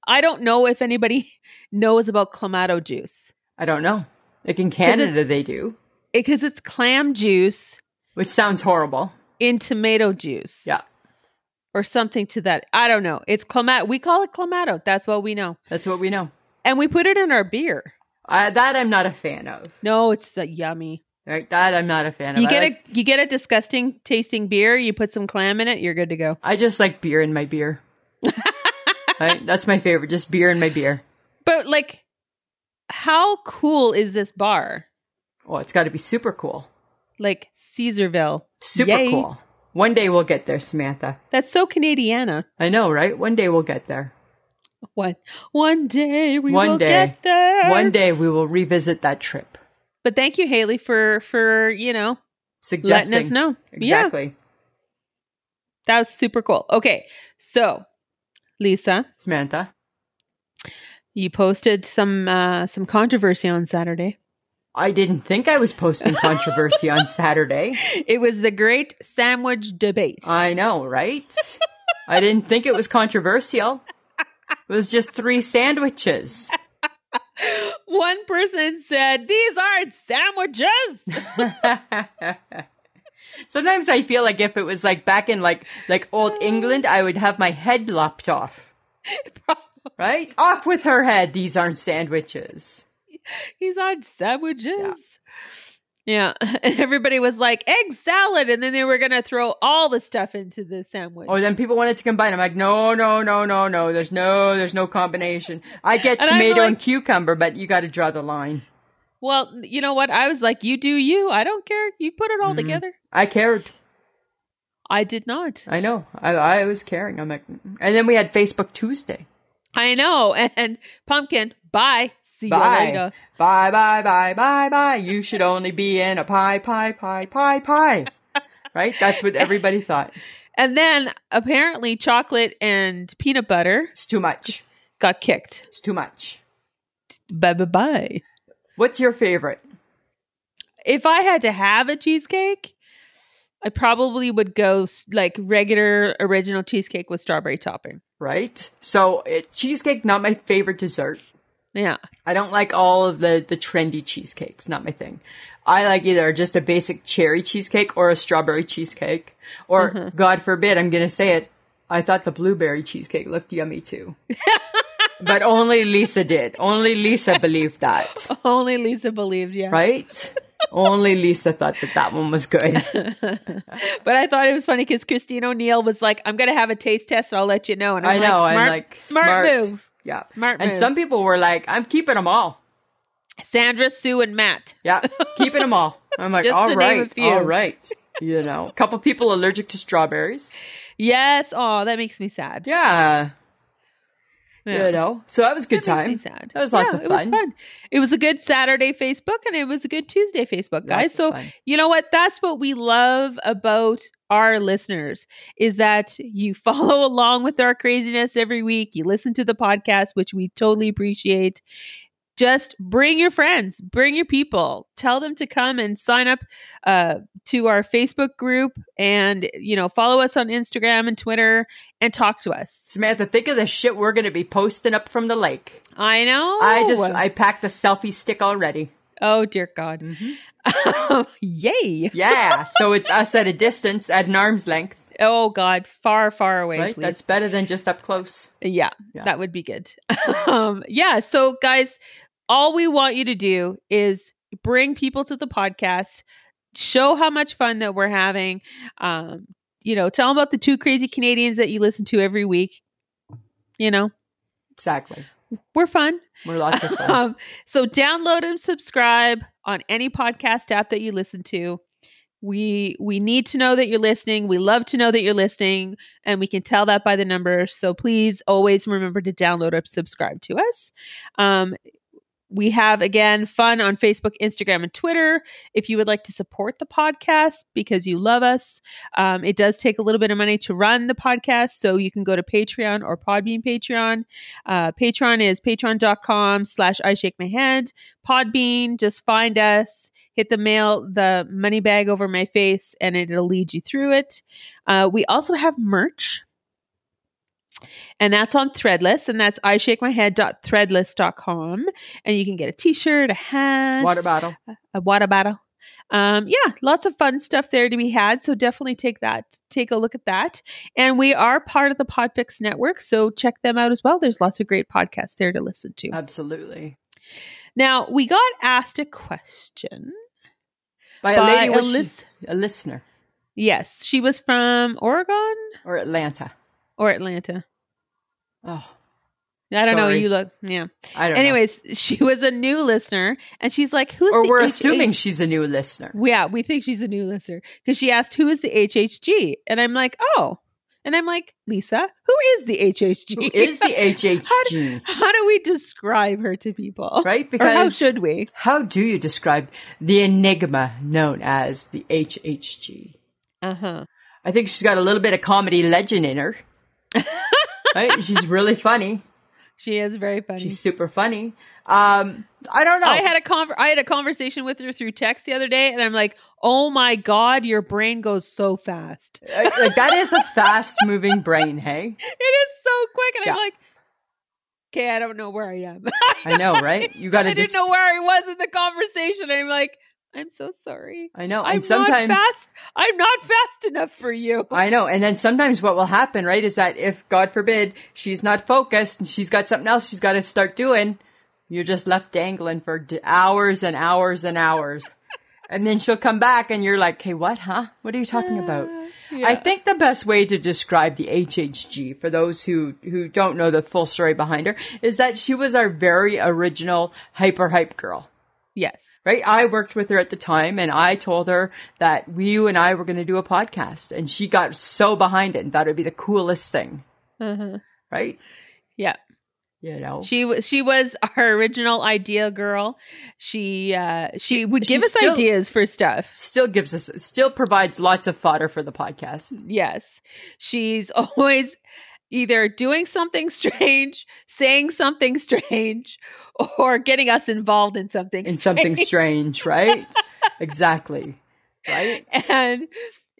I don't know if anybody knows about clamato juice. I don't know. Like in it's- Canada, they do, Because it's clam juice which sounds horrible. in tomato juice. Yeah. Or something to that. I don't know. It's clamato. We call it clamato. That's what we know. That's what we know. And we put it in our beer. Uh, that I'm not a fan of. No, it's uh, yummy. Right, that I'm not a fan of. You I get like- a you get a disgusting tasting beer. You put some clam in it. You're good to go. I just like beer in my beer. right? That's my favorite. Just beer in my beer. But like, how cool is this bar? Oh, it's got to be super cool. Like Caesarville. Super Yay. cool. One day we'll get there, Samantha. That's so Canadiana. I know, right? One day we'll get there. One one day we One will day. get there. One day we will revisit that trip. But thank you, Haley, for for you know Suggesting. letting us know. Yeah, Exactly. that was super cool. Okay, so Lisa, Samantha, you posted some uh some controversy on Saturday. I didn't think I was posting controversy on Saturday. It was the Great Sandwich Debate. I know, right? I didn't think it was controversial. It was just three sandwiches. One person said, These aren't sandwiches. Sometimes I feel like if it was like back in like like old Oh. England, I would have my head lopped off. Right? Off with her head. These aren't sandwiches. These aren't sandwiches. Yeah. And everybody was like, Egg salad. And then they were going to throw all the stuff into the sandwich. Or Oh, then people wanted to combine. I'm like, no, no, no, no, no. There's no, there's no combination. I get And I'm tomato and like- cucumber, but you got to draw the line. well, you know what? I was like, You do you. I don't care. You put it all Mhm. together. I cared. I did not. I know. I, I was caring. I'm like, mm-mm. and then we had Facebook Tuesday. I know. And pumpkin, bye. See Bye. you later. Bye, bye, bye, bye, bye. You should only be in a pie, pie, pie, pie, pie. right? That's what everybody thought. And then apparently, chocolate and peanut butter It's too much. got kicked. It's too much. Bye bye bye. What's your favorite? if I had to have a cheesecake, I probably would go s- like regular original cheesecake with strawberry topping. Right? So, it, cheesecake, not my favorite dessert. Yeah. I don't like all of the, the trendy cheesecakes. Not my thing. I like either just a basic cherry cheesecake or a strawberry cheesecake. Or, Mm-hmm. God forbid, I'm going to say it. I thought the blueberry cheesecake looked yummy too. but only Lisa did. Only Lisa believed that. Only Lisa believed, yeah. Right? Only Lisa thought that that one was good. But I thought it was funny because Christine O'Neill was like, I'm going to have a taste test. I'll let you know. And I'm I know. Like, smart, I'm like smart, move. Yeah. Smart And move. some people were like, "I'm keeping them all." Sandra, Sue, and Matt. Yeah, keeping them all. I'm like, Just all to name a right, few." all right. You know, a couple people allergic to strawberries. Yes. Oh, that makes me sad. Yeah, Yeah. you know. So that was a good That time. Makes me sad. That was lots Yeah, of It was fun. fun. It was a good Saturday Facebook and it was a good Tuesday Facebook, Lots guys. of So fun. you know what? That's what we love about our listeners is that you follow along with our craziness every week. You listen to the podcast, which we totally appreciate. Just bring your friends, bring your people, tell them to come and sign up uh, to our Facebook group, and you know follow us on Instagram and Twitter, and talk to us. Samantha, think of the shit we're gonna be posting up from the lake. I know. I just, I packed a selfie stick already. Oh dear God! Yay! Yeah, so it's us at a distance, at an arm's length. Oh God, far, far away, Right, please. that's better than just up close. yeah, Yeah. that would be good. um, yeah. So, guys, all we want you to do is bring people to the podcast, show how much fun that we're having. Um, you know, tell them about the two crazy Canadians that you listen to every week. You know, Exactly. we're fun. We're lots of fun. um, so download and subscribe on any podcast app that you listen to. We we need to know that you're listening. We love to know that you're listening, and we can tell that by the numbers. So please always remember to download or subscribe to us. Um, we have again fun on Facebook, Instagram, and Twitter. If you would like to support the podcast because you love us, um, it does take a little bit of money to run the podcast. So you can go to Patreon or Podbean Patreon. Uh, Patreon is patreon.com slash I shake my head. Podbean, just find us, hit the mail, the money bag over my face, and it'll lead you through it. Uh, we also have merch. And that's on Threadless, and that's I shake my head.threadless.com. And you can get a t shirt, a hat, Water bottle. a water bottle. Um, yeah, lots of fun stuff there to be had. So definitely take that, take a look at that. And we are part of the Podfix network, so check them out as well. There's lots of great podcasts there to listen Uh, to. Absolutely. Now we got asked a question By, a By lady, a was she- lis- a listener Yes, she was from Oregon or Atlanta. or Atlanta. Oh, I don't know. Sorry. You look, yeah. I don't know. Anyways, she was a new listener, and she's like, "Who's?" or the we're HH? assuming she's a new listener. Yeah, we think she's a new listener because she asked, "Who is the HHG?" And I'm like, "Oh," and I'm like, "Lisa, who is the HHG? Who is the HHG? How do we describe her to people? right? Or Because how should we? how do you describe the enigma known as the HHG? Uh Uh-huh. huh. I think she's got a little bit of comedy legend in her. right? She's really funny. She is very funny. She's super funny. Um, I don't know. I had a conver- I had a conversation with her through text the other day, and I'm like, "Oh my god, your brain goes so fast. Uh, like that is a fast moving brain, hey? It is so quick." And I'm Yeah. like, "Okay, I don't know where I am. I know, right? You got I to didn't just know where I was in the conversation." I'm like, "I'm so sorry. I know. I'm And sometimes not fast. I'm not fast enough for you." I know. And then sometimes what will happen, right, is that if God forbid she's not focused and she's got something else she's got to start doing, you're just left dangling for d- hours and hours and hours. and then she'll come back and you're like, "Hey, what? Huh? What are you talking about?" Uh, I yeah. think the best way to describe the HHG for those who, who don't know the full story behind her is that she was our very original hyper hype girl yes. right? I worked with her at the time and I told her that you and I were going to do a podcast and she got so behind it and thought it would be the coolest thing, Uh-huh. right? Yeah. You know, She was she was our original idea girl. She uh she, would she give us still- ideas for stuff. still gives us, still provides lots of fodder for the podcast. Yes. She's always either doing something strange, saying something strange, or getting us involved in something In strange. something strange, right? exactly. Right? And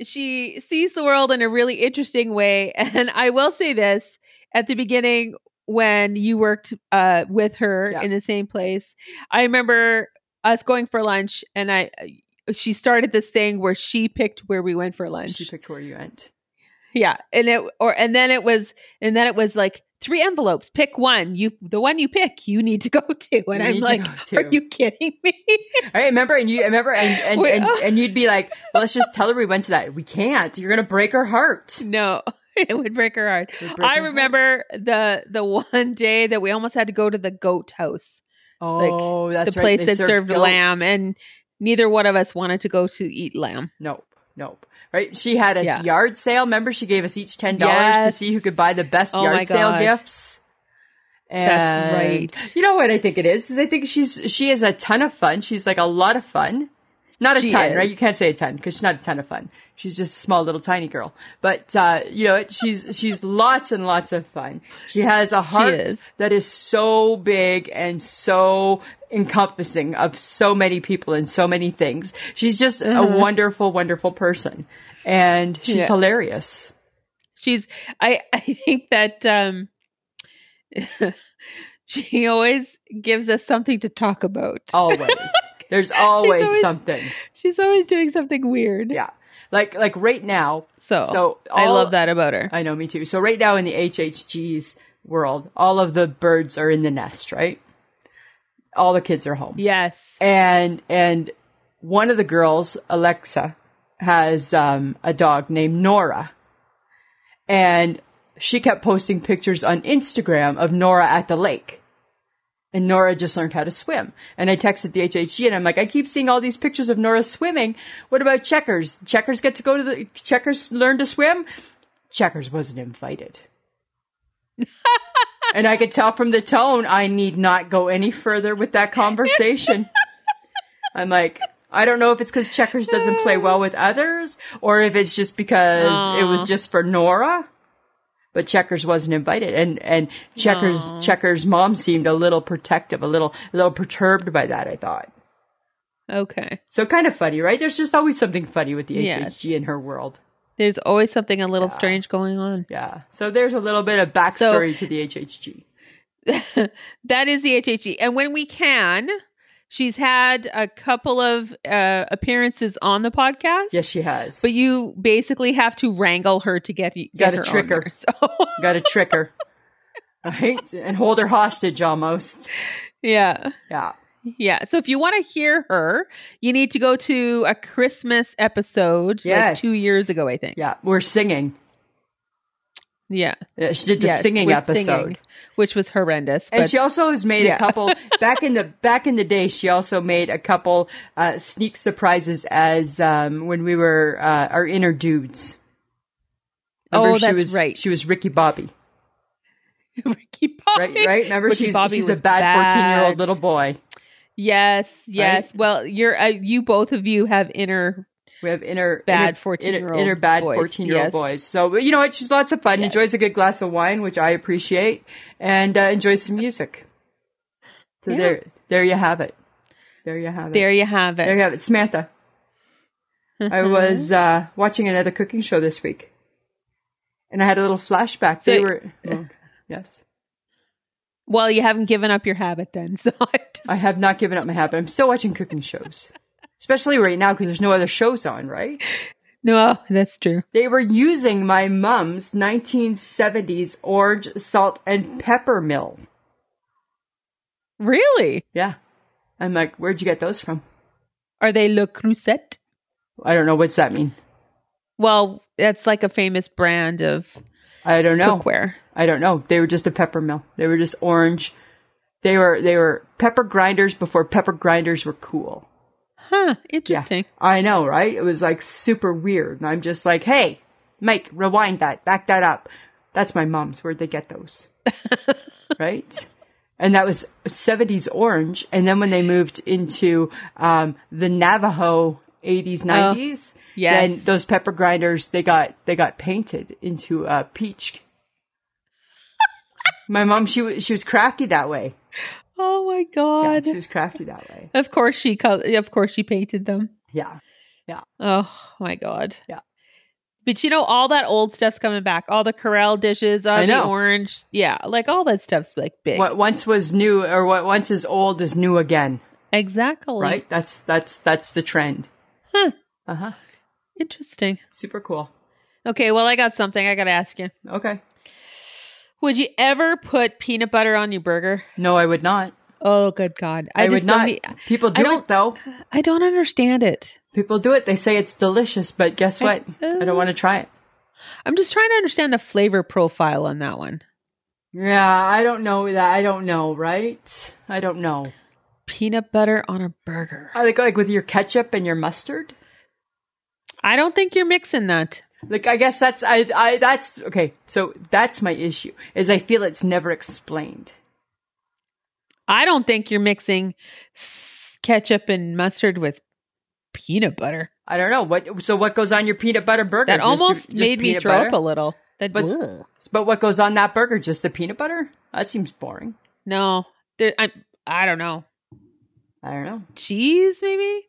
she sees the world in a really interesting way. And I will say this at the beginning when you worked uh, with her Yeah. in the same place, I remember us going for lunch and I uh, she started this thing where she picked where we went for lunch. She picked where you went. Yeah, and it or and then it was and then it was like three envelopes. Pick one. You the one you pick, you need to go to. And You need I'm to like, go to. are you kidding me? I remember, and you I remember, and and, Wait, and, oh. and you'd be like, well, "Let's just tell her we went to that." We can't. You're gonna break her heart. no, it would break her heart. It would break her I heart. remember the the one day that we almost had to go to the goat house, Oh, that's the right. place They that serve served lamb, goats. and neither one of us wanted to go to eat lamb. Nope. Nope. Right? She had a Yeah. yard sale. Remember, she gave us each $10 to Yes. see who could buy the best Oh my yard sale God. gifts. And That's right. You know what I think it is? Is I think she's she is a ton of fun. She's like a lot of fun. Not a She ton, right? is. You can't say a ton because she's not a ton of fun. She's just a small little tiny girl. But uh, you know, she's she's lots and lots of fun. She has a heart is. that is so big and so encompassing of so many people and so many things. She's just a wonderful, wonderful person, and she's Uh-huh. Yeah. hilarious. She's I I think that um she always gives us something to talk about. Always, there's always, always- something. She's always doing something weird. Yeah, like like right now. So, So Oh, I all- love that about her. I know, me too. So right now in the HHG's world, all of the birds are in the nest, right? All the kids are home. yes. and and one of the girls, Alexa, has um, a dog named Nora, and she kept posting pictures on Instagram of Nora at the lake. And Nora just learned how to swim. And I texted the HHG and I'm like, I keep seeing all these pictures of Nora swimming. What about checkers? Checkers get to go to the checkers learn to swim? Checkers wasn't invited. and I could tell from the tone, I need not go any further with that conversation. I'm like, I don't know if it's because checkers doesn't play well with others or if it's just because it was Aw. just for Nora. But Checkers wasn't invited, and and Checkers Aw. Checkers' mom seemed a little protective, a little a little perturbed by that. I thought Okay. so, kind of funny, right? There's just always something funny with the Yes. HHG in her world. There's always something a little Yeah. strange going on. Yeah. So there's a little bit of backstory to the HHG. that is the HHE. And when we can, she's had a couple of uh, appearances on the podcast. Yes, she has. But you basically have to wrangle her to get, get Gotta her on trick her. there. So, got to trick her, right? And hold her hostage almost. yeah. Yeah. Yeah. So if you want to hear her, you need to go to a Christmas episode like Yes. two years ago, I think. Yeah, we're singing. Yeah. Yeah, She did the Yes, singing with episode. which was horrendous. And but she also has made yeah. a couple back in the back in the day. She also made a couple uh, sneak surprises as um, when we were uh, our inner dudes. Oh, she that's was, right. She was Ricky Bobby, Ricky Bobby. right? Right? Remember, Oh, Ricky she's Bobby she's a was bad fourteen year bad. old little boy. Yes. Yes. Well, you're uh, you both of you have inner We have inner Bad inner- 14-year-old inner, inner bad boys, fourteen year yes. old boys. So you know what? She's lots of fun. Yes. Enjoys a good glass of wine, which I appreciate, and uh, enjoys some music. So Yeah. there, there you have it. There you have it. There you have it. There you have it, Samantha. I Uh-huh. was uh, watching another cooking show this week, and I had a little flashback. So- they were oh, yes. Well, you haven't given up your habit then. So I just I have not given up my habit. I'm still watching cooking shows, especially right now because there's no other shows on. Right? No, that's true. They were using my mom's 1970s orange salt and pepper mill. Really? Yeah, I'm like, where'd you get those from? Are they Le Creuset? I don't know. What's that mean? Well, that's like a famous brand of I don't know. cookware. I don't know. They were just a pepper mill. They were just orange. They were they were pepper grinders before pepper grinders were cool. Huh, interesting. I know, right? It was like super weird. And I'm just like, hey, Mike, rewind that, back that up. That's my mom's. Where'd they get those? right? And that was 70s orange. And then when they moved into um, the Navajo 80s, 90s, then Oh, yes. those pepper grinders they got they got painted into uh, peach. my mom, she was she was crafty that way. Oh my Yeah, god. she was crafty that way. Of course she col- of course she painted them. Yeah, Oh my god. Yeah. But you know, all that old stuff's coming back. All the Corel dishes, all I the know. orange. Yeah. Like all that stuff's like big. what once was new or what once is old is new again. Exactly. right? That's that's that's the trend. Huh. Uh huh. Interesting. Super cool. Okay, well I got something I gotta ask you. Okay. Would you ever put peanut butter on your burger? No, I would not. Oh good god. I, I, just would don't not. e- People I do don't- it though. I don't understand it. People do it. They say it's delicious, but guess I- what? I don't want to try it. I'm just trying to understand the flavor profile on that one. Yeah, I don't know that. I don't know, right? I don't know. Peanut butter on a burger. I like like with your ketchup and your mustard. I don't think you're mixing that. Like I guess that's I I that's okay. So that's my issue is I feel it's never explained. I don't think you're mixing s- ketchup and mustard with peanut butter. I don't know what. So what goes on your peanut butter burger? That Just- almost just made me peanut throw butter? up a little. That But- Ugh. But what goes on that burger? Just the peanut butter? That seems boring. no, there, I I don't know I don't know. cheese maybe.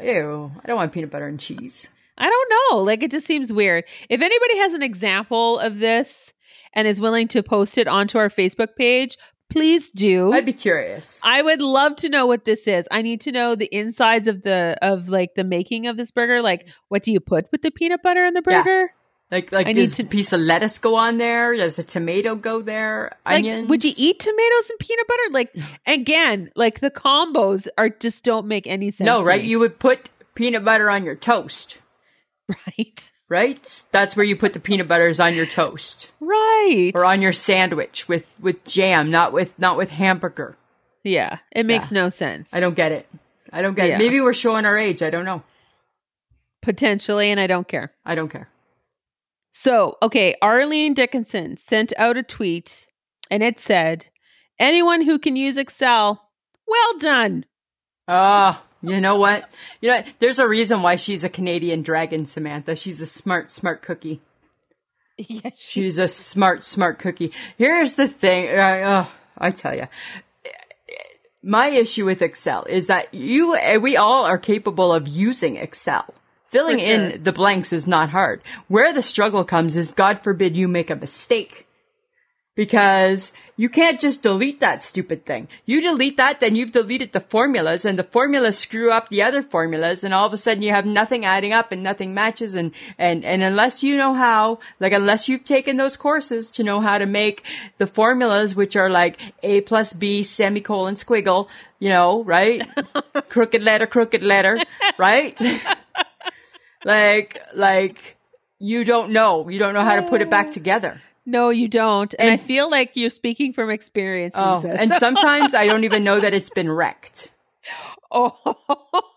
Ew, I don't want peanut butter and cheese. I don't know. Like it just seems weird. If anybody has an example of this and is willing to post it onto our Facebook page, please do. I'd be curious. I would love to know what this is. I need to know the insides of the of like the making of this burger. Like, what do you put with the peanut butter in the Yeah. burger? like, like, I need does to- a piece of lettuce go on there? Does a tomato go there? Like, Onions? would you eat tomatoes and peanut butter? Like, again, like the combos are just don't make any sense. No, to right? me. You would put peanut butter on your toast, right, right? That's where you put the peanut butters on your toast right, or on your sandwich with with jam, not with not with hamburger. yeah. It makes no sense. I don't get it. I don't get Yeah. it. Maybe we're showing our age. I don't know. potentially, and I don't care. I don't care. So, okay, Arlene Dickinson sent out a tweet, and it said, "Anyone who can use Excel, well done." Oh, you know what? You know, there's a reason why she's a Canadian dragon, Samantha. She's a smart, smart cookie. yes, she She's a smart, smart cookie. Here's the thing. Uh, oh, I tell you, my issue with Excel is that you, uh, we all are capable of using Excel. Filling For sure. in the blanks is not hard. Where the struggle comes is, God forbid you make a mistake. because you can't just delete that stupid thing. You delete that, then you've deleted the formulas and the formulas screw up the other formulas and all of a sudden you have nothing adding up and nothing matches and, and, and unless you know how, like unless you've taken those courses to know how to make the formulas, which are like A plus B semicolon squiggle, you know, right? crooked letter, crooked letter, right? like, like you don't know. You don't know how to put it back together. No, you don't. And, I feel like you're speaking from experience. Oh, Lisa. and sometimes I don't even know that it's been wrecked, oh.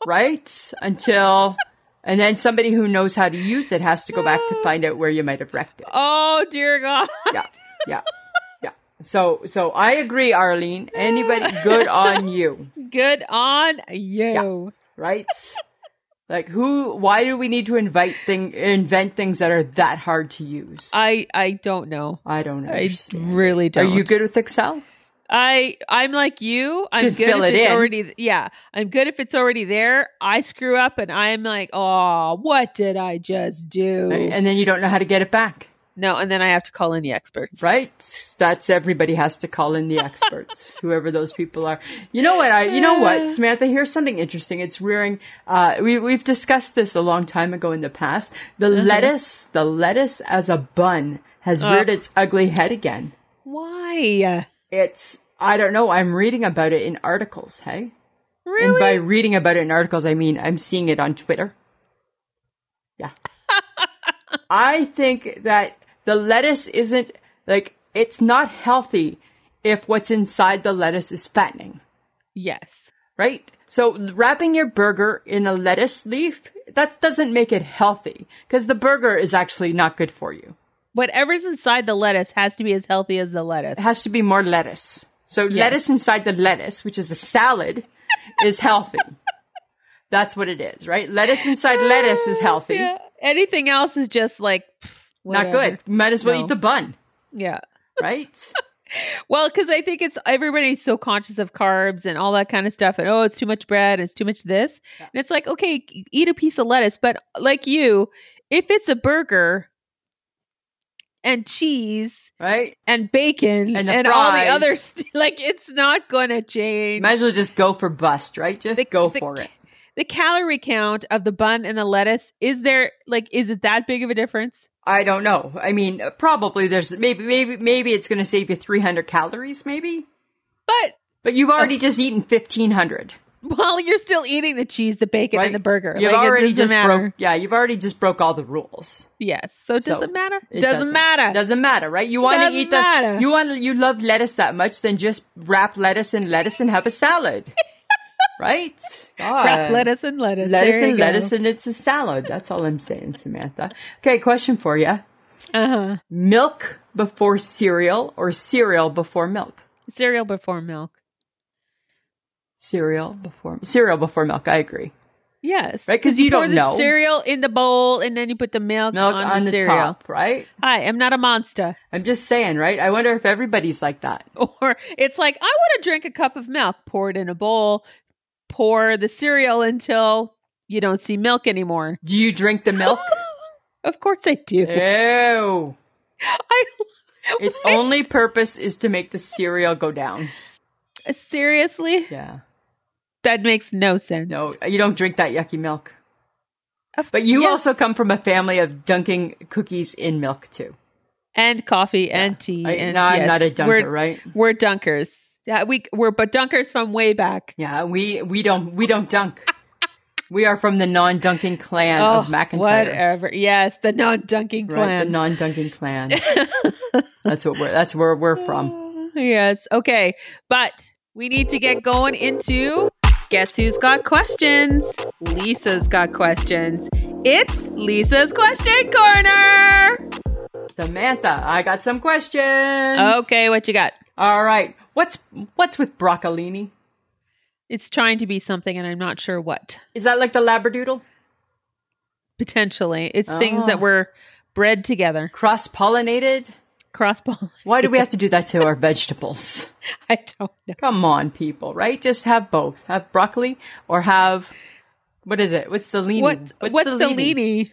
right? Until, and then somebody who knows how to use it has to go back to find out where you might have wrecked it. oh, dear God. Yeah, yeah, yeah. So, so I agree, Arlene. Anybody, good on you, Good on you. right? Like who? Why do we need to invite thing, invent things that are that hard to use? I, I I don't know. don't I understand. really Are don't. you good with Excel? I I'm like you. I'm Could good fill if it it's in. already yeah. I'm good if it's already there. I screw up and I'm like, oh, what did I just do? And then you don't know how to get it back. no, and then I have to call in the experts. Right. That's everybody has to call in the experts, whoever those people are. You know what? I, you know what, Samantha? Here's something interesting. It's rearing. Uh, we we've discussed this a long time ago in the past. The lettuce, the lettuce as a bun has Ugh. reared its ugly head again. Why? It's I don't know. I'm reading about it in articles. Hey, and Really? by reading about it in articles, I mean I'm seeing it on Twitter. Yeah. I think that the lettuce isn't like it's not healthy if what's inside the lettuce is fattening, yes. right? So wrapping your burger in a lettuce leaf that doesn't make it healthy because the burger is actually not good for you. Whatever's inside the lettuce has to be as healthy as the lettuce. It has to be more lettuce. So lettuce inside the lettuce, which is a salad, is healthy. That's what it is, right? Lettuce inside lettuce is healthy. Yeah. Anything else is just like pff, Not whatever. good. Might as well No. eat the bun, Yeah. right? Well, because I think it's everybody's so conscious of carbs and all that kind of stuff, and oh, it's too much bread, it's too much this, and it's like, okay, e, eat a piece of lettuce, but like you, if it's a burger and cheese right? and bacon And and, the all the fries. other, st- like, it's not going to change. Might as well just go for bust, right? Just The- go the- for it. The calorie count of the bun and the lettuce is there, like, is it that big of a difference? I don't know. I mean, uh, probably there's maybe maybe maybe it's going to save you 300 calories, maybe. But But you've already just eaten 1500. well, you're still eating the cheese, the bacon, Right? and the burger. You've like, it already doesn't just matter. broke. Yeah, you've already just broke all the rules. Yes, so it So, doesn't matter. It doesn't, matter. Doesn't matter, right? You want to Doesn't eat the matter. you want you love lettuce that much, then just wrap lettuce in lettuce and have a salad, right? Wrap God. lettuce and lettuce. lettuce there you and go. lettuce, and it's a salad. That's all I'm saying, Samantha. Okay, question for you: Uh-huh. milk before cereal or cereal before milk? Cereal before milk. Cereal before cereal before milk. I agree. Yes. Right, 'cause you pour don't the know. cereal in the bowl and then you put the milk, Milk on, on, the, the, cereal. top, right? Hi, I'm not a monster. I'm just saying, right? I wonder if everybody's like that. Or it's like, I want to drink a cup of milk. Pour it in a bowl. Pour the cereal until you don't see milk anymore. Do you drink the milk? Of course I do. Ew. I Its only purpose is to make the cereal go down. seriously, Yeah. that makes no sense. No, you don't drink that yucky milk. Of- But you yes. also come from a family of dunking cookies in milk too. and coffee and tea. I, and no, I'm yes, not a dunker, we're, right? We're dunkers. Yeah, we we're but dunkers from way back. Yeah, we we don't we don't dunk. we are from the non-dunking clan of McIntyre. Whatever. Yes, the non-dunking Right, the Oh, clan. non-dunking clan. that's what we're that's where we're Oh. from. yes. Okay, but we need to get going into guess who's got questions. Lisa's got questions. It's Lisa's question corner. Samantha, I got some questions. Okay, what you got? All right. What's what's with broccolini? It's trying to be something, and I'm not sure what. Is that like the labradoodle? Potentially, it's things Oh. that were bred together. Cross-pollinated? Crossball. Why do we have to do that to our vegetables? I don't know. Come on, people, right? Just have both. Have broccoli or have what is it? What's the leaning? What? What's, the, leaning? leany?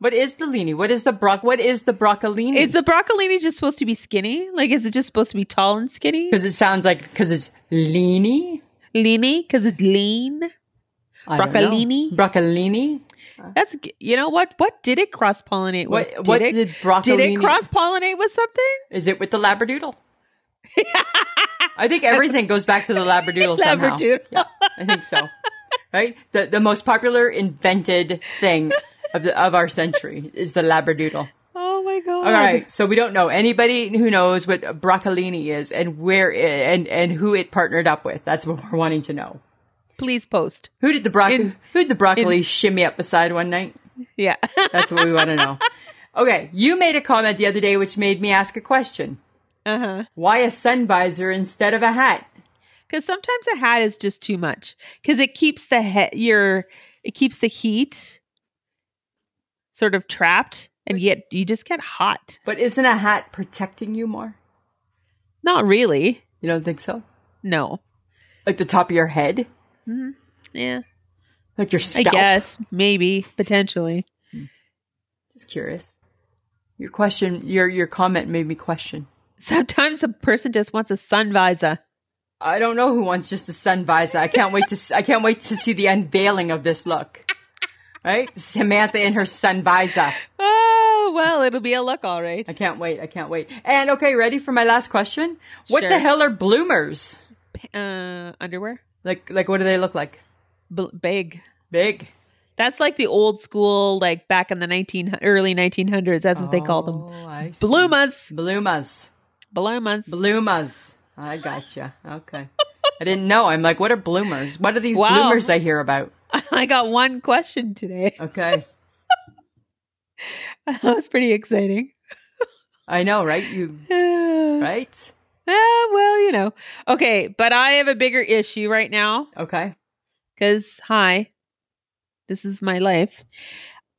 What is the leany? What is the broc? What is the broccolini? Is the broccolini just supposed to be skinny? Like, is it just supposed to be tall and skinny? because it sounds like because it's leany. Leany? Because it's lean? I don't know. Broccolini? Broccolini. That's, g- you know what? What did it cross pollinate with? What? what it, did broccolini? did it cross pollinate with something? Is it with the labradoodle? I think everything goes back to the labradoodle somehow. Labradoodle. Yeah, I think so. Right? The the most popular invented thing of the of our century is the labradoodle. Oh my God. All right. So we don't know anybody who knows what broccolini is and where it, and and who it partnered up with. That's what we're wanting to know. Please post. Who did the broccoli? In- Who did the broccoli shimmy up beside one night? Yeah. That's what we want to know. Okay, you made a comment the other day which made me ask a question. uh huh. Why a sun visor instead of a hat? Because sometimes a hat is just too much. Because it keeps the he- your it keeps the heat sort of trapped, and yet you just get hot. But isn't a hat protecting you more? Not really. You don't think so? No. Like the top of your head, Yeah. like your scalp. I guess maybe potentially. Just curious. Your question, your your comment made me question. Sometimes a person just wants a sun visor. I don't know who wants just a sun visor. I can't wait to s- I can't wait to see the unveiling of this look. Right, Samantha in her sun visor. Oh well, it'll be a look, all right. I can't wait. I can't wait. And okay, ready for my last question? What the Sure. hell are bloomers? Uh, underwear, Like like what do they look like? B- big. Big. That's like the old school, like back in the nineteen early nineteen hundreds. That's what they called them. Oh, I see. Bloomas, Bloomas. bloomas. Bloomers. I gotcha. Okay. I didn't know. I'm like, what are bloomers? What are these Wow. bloomers I hear about? I got one question today. Okay. that was pretty exciting. I know, right? You right? right? Ah, well, you know. Okay, but I have a bigger issue right now Okay. because, hi, this is my life.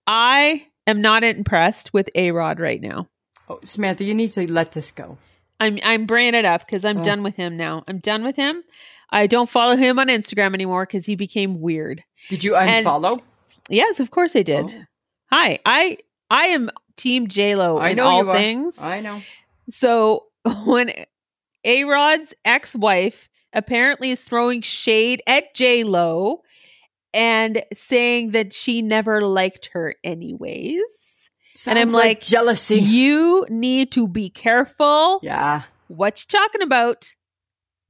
I am not impressed with A Rod right now. Oh, Samantha, you need to let this go. I'm I'm bringing it up because I'm Oh. done with him now. I'm done with him. I don't follow him on Instagram anymore because he became weird. Did you And- unfollow? Yes, of course I did. Oh. Hi, I I am Team J Lo I in know all you are. things. Oh, I know. So when A Rod's ex wife apparently is throwing shade at J Lo and saying that she never liked her anyways. Sounds I'm like, jealousy. You need to be careful yeah. what you talking about.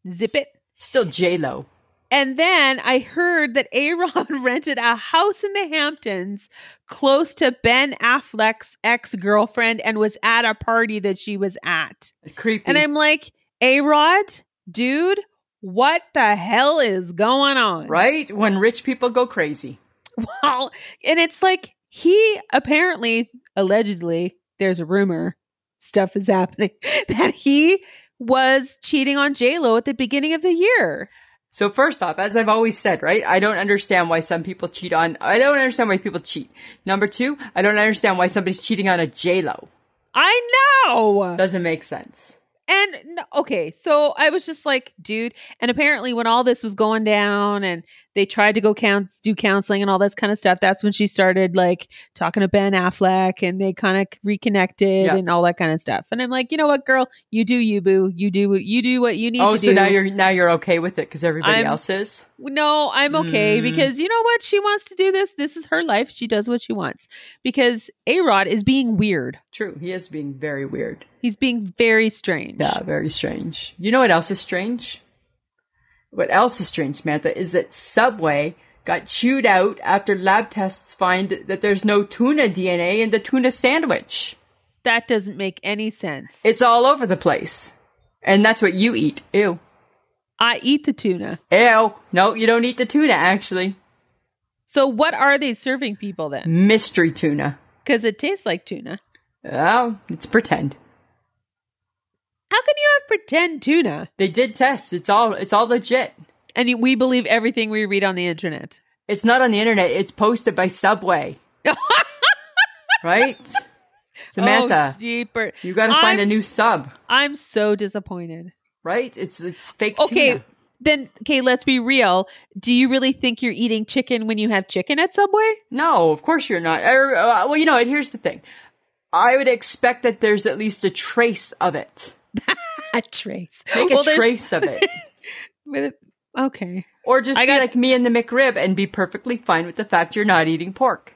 Zip it. Still J Lo. And then I heard that A Rod rented a house in the Hamptons close to Ben Affleck's ex girlfriend and was at a party that she was at. Creepy. And I'm like, A Rod, dude, what the hell is going on? right? When rich people go crazy. Well, and it's like he apparently, allegedly, there's a rumor, stuff is happening, that he was cheating on Lo at the beginning of the year. So first off, as I've always said, right? I don't understand why some people cheat on. I don't understand why people cheat. Number two, I don't understand why somebody's cheating on a J Lo. I know. Doesn't make sense. And n- okay, so I was just like, dude. And apparently, when all this was going down, and they tried to go count, do counseling and all this kind of stuff, that's when she started like talking to Ben Affleck, and they kind of reconnected Yeah. and all that kind of stuff. And I'm like, you know what, girl, you do you, boo, you do what you do what you need Oh, to so do. now you're now you're okay with it because everybody I'm- else is. No, I'm okay Mm. because you know what? She wants to do this. This is her life. She does what she wants. Because A Rod is being weird. True, he is being very weird. He's being very strange. Yeah, very strange. You know what else is strange? What else is strange, Samantha, is that Subway got chewed out after lab tests find that there's no tuna DNA in the tuna sandwich. That doesn't make any sense. It's all over the place, and that's what you eat. Ew. I eat the tuna. Ew. No, you don't eat the tuna, actually. So what are they serving people then? Mystery tuna. Because it tastes like tuna. Oh, it's pretend. How can you have pretend tuna? They did tests. It's all it's all legit. And you- we believe everything we read on the internet. It's not on the internet. It's posted by Subway. right? Samantha, oh, jeeper. you got to find I'm- a new sub, I'm so disappointed. right? It's it's fake Okay, tuna. then okay, let's be real. Do you really think you're eating chicken when you have chicken at Subway? No, of course you're not. Er, uh, well, you know, and here's the thing. I would expect that there's at least a trace of it. A trace. Make Well, a there's- trace of it. With- Okay. Or just I be got- like me and the McRib and be perfectly fine with the fact you're not eating pork.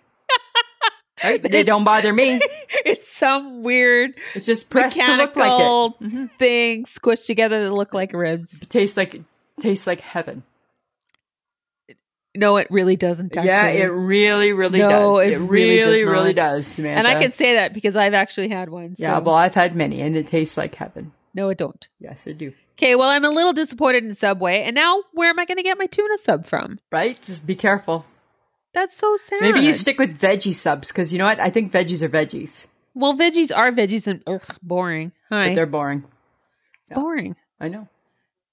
right? They don't bother me. It's some weird It's just pressed to look like it. Mm-hmm. mechanical thing squished together to look like ribs. It tastes like tastes like heaven. No, it really doesn't. Actually. Yeah, it really, really No, does. it It, really does really, really not. does, Samantha. and I can say that because I've actually had one. Yeah, so- well, I've had many, and it tastes like heaven. no, it don't. Yes, I do. Okay, well, I'm a little disappointed in Subway, and now where am I going to get my tuna sub from? Right? Just be careful. That's so sad. Maybe you stick with veggie subs because you know what? I think veggies are veggies, Well, veggies are veggies, and ugh, boring. Hi, but they're boring. It's boring. I know.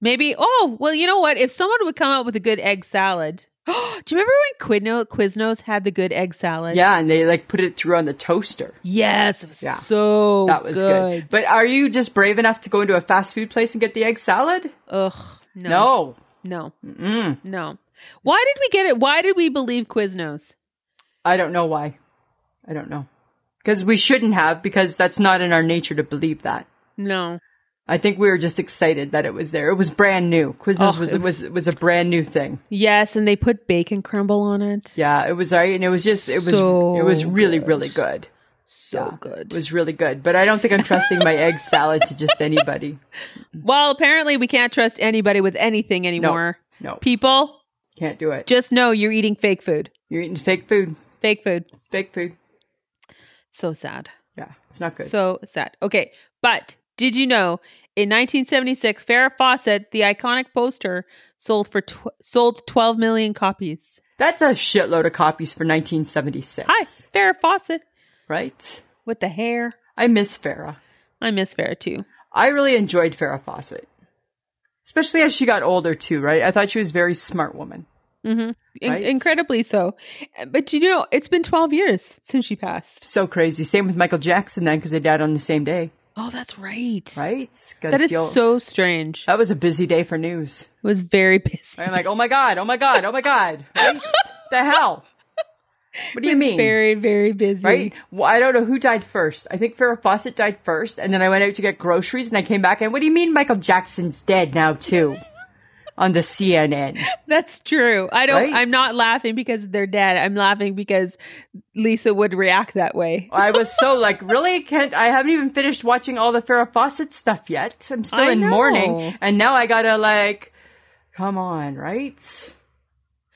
Maybe. Oh, well, you know what? If someone would come up with a good egg salad, do you remember when Quidno, Quiznos had the good egg salad? Yeah, and they like put it through on the toaster. Yes, it was Yeah. so that was Oh, good. But are you just brave enough to go into a fast food place and get the egg salad? ugh, no, No. Hmm. no, Mm-mm. no. Why did we get it? Why did we believe Quiznos? I don't know why. I don't know. Because we shouldn't have, because that's not in our nature to believe that. No, I think we were just excited that it was there. It was brand new. Quiznos Oh, was, it was was a brand new thing. yes, and they put bacon crumble on it. Yeah, it was right, and it was just it was So it was really good. really good. so Yeah. good. It was really good, but I don't think I'm trusting my egg salad to just anybody. well, apparently we can't trust anybody with anything anymore. No, People, can't do it. just know you're eating fake food. You're eating fake food. Fake food. Fake food. So sad. Yeah, it's not good. So sad. Okay. But did you know in 1976, Farrah Fawcett, the iconic poster, sold for tw- sold 12 million copies. That's a shitload of copies for 1976. Hi, Farrah Fawcett Right? with the hair. I miss Farrah. I miss Farrah too. I really enjoyed Farrah Fawcett, especially as she got older too. Right? I thought she was a very smart woman. hmm Right. incredibly so. But you know, it's been 12 years since she passed. So crazy. Same with Michael Jackson then, because they died on the same day. Oh, that's right. Right? Uh, 'Cause That is you'll- so strange. It That was a busy day for news. was very busy. I'm like, oh my god, oh my god, oh my god. Right? the hell? What do you mean? Very, very busy. Right? Well, I don't know who died first. I think Farrah Fawcett died first, and then I went out to get groceries, and I came back, and what do you mean Michael Jackson's dead now too? On the CNN, That's true. I don't. Right? I'm not laughing because they're dead. I'm laughing because Lisa would react that way. I was so like, really? Can't I haven't even finished watching all the Farrah Fawcett stuff yet? I'm still I in know. mourning, and now I gotta like, come on, right?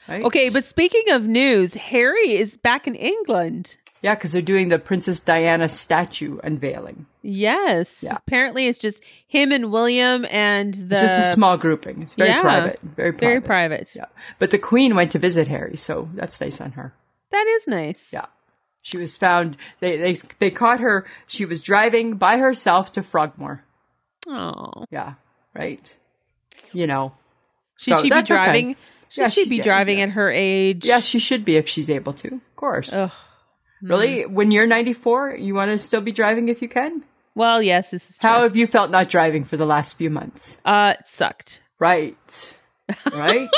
Right? Okay, but speaking of news, Harry is back in England. yeah, because they're doing the Princess Diana statue unveiling. Yes. Yeah. Apparently, it's just him and William and the It's just a small grouping. It's very Yeah. private. Very private. very private. Yeah. But the Queen went to visit Harry, so that's nice on her. That is nice. Yeah. She was found. They they they caught her. She was driving by herself to Frogmore. Oh, Yeah. Right. You know. should So she be that's okay. driving? Should Yeah, she, she- be yeah, driving yeah. at her age? Yeah, she should be if she's able to. Of course. Ugh. Hmm. Really, when you're 94, you want to still be driving if you can. Well, yes, this is true. How have you felt not driving for the last few months? uh, it sucked. Right. Right.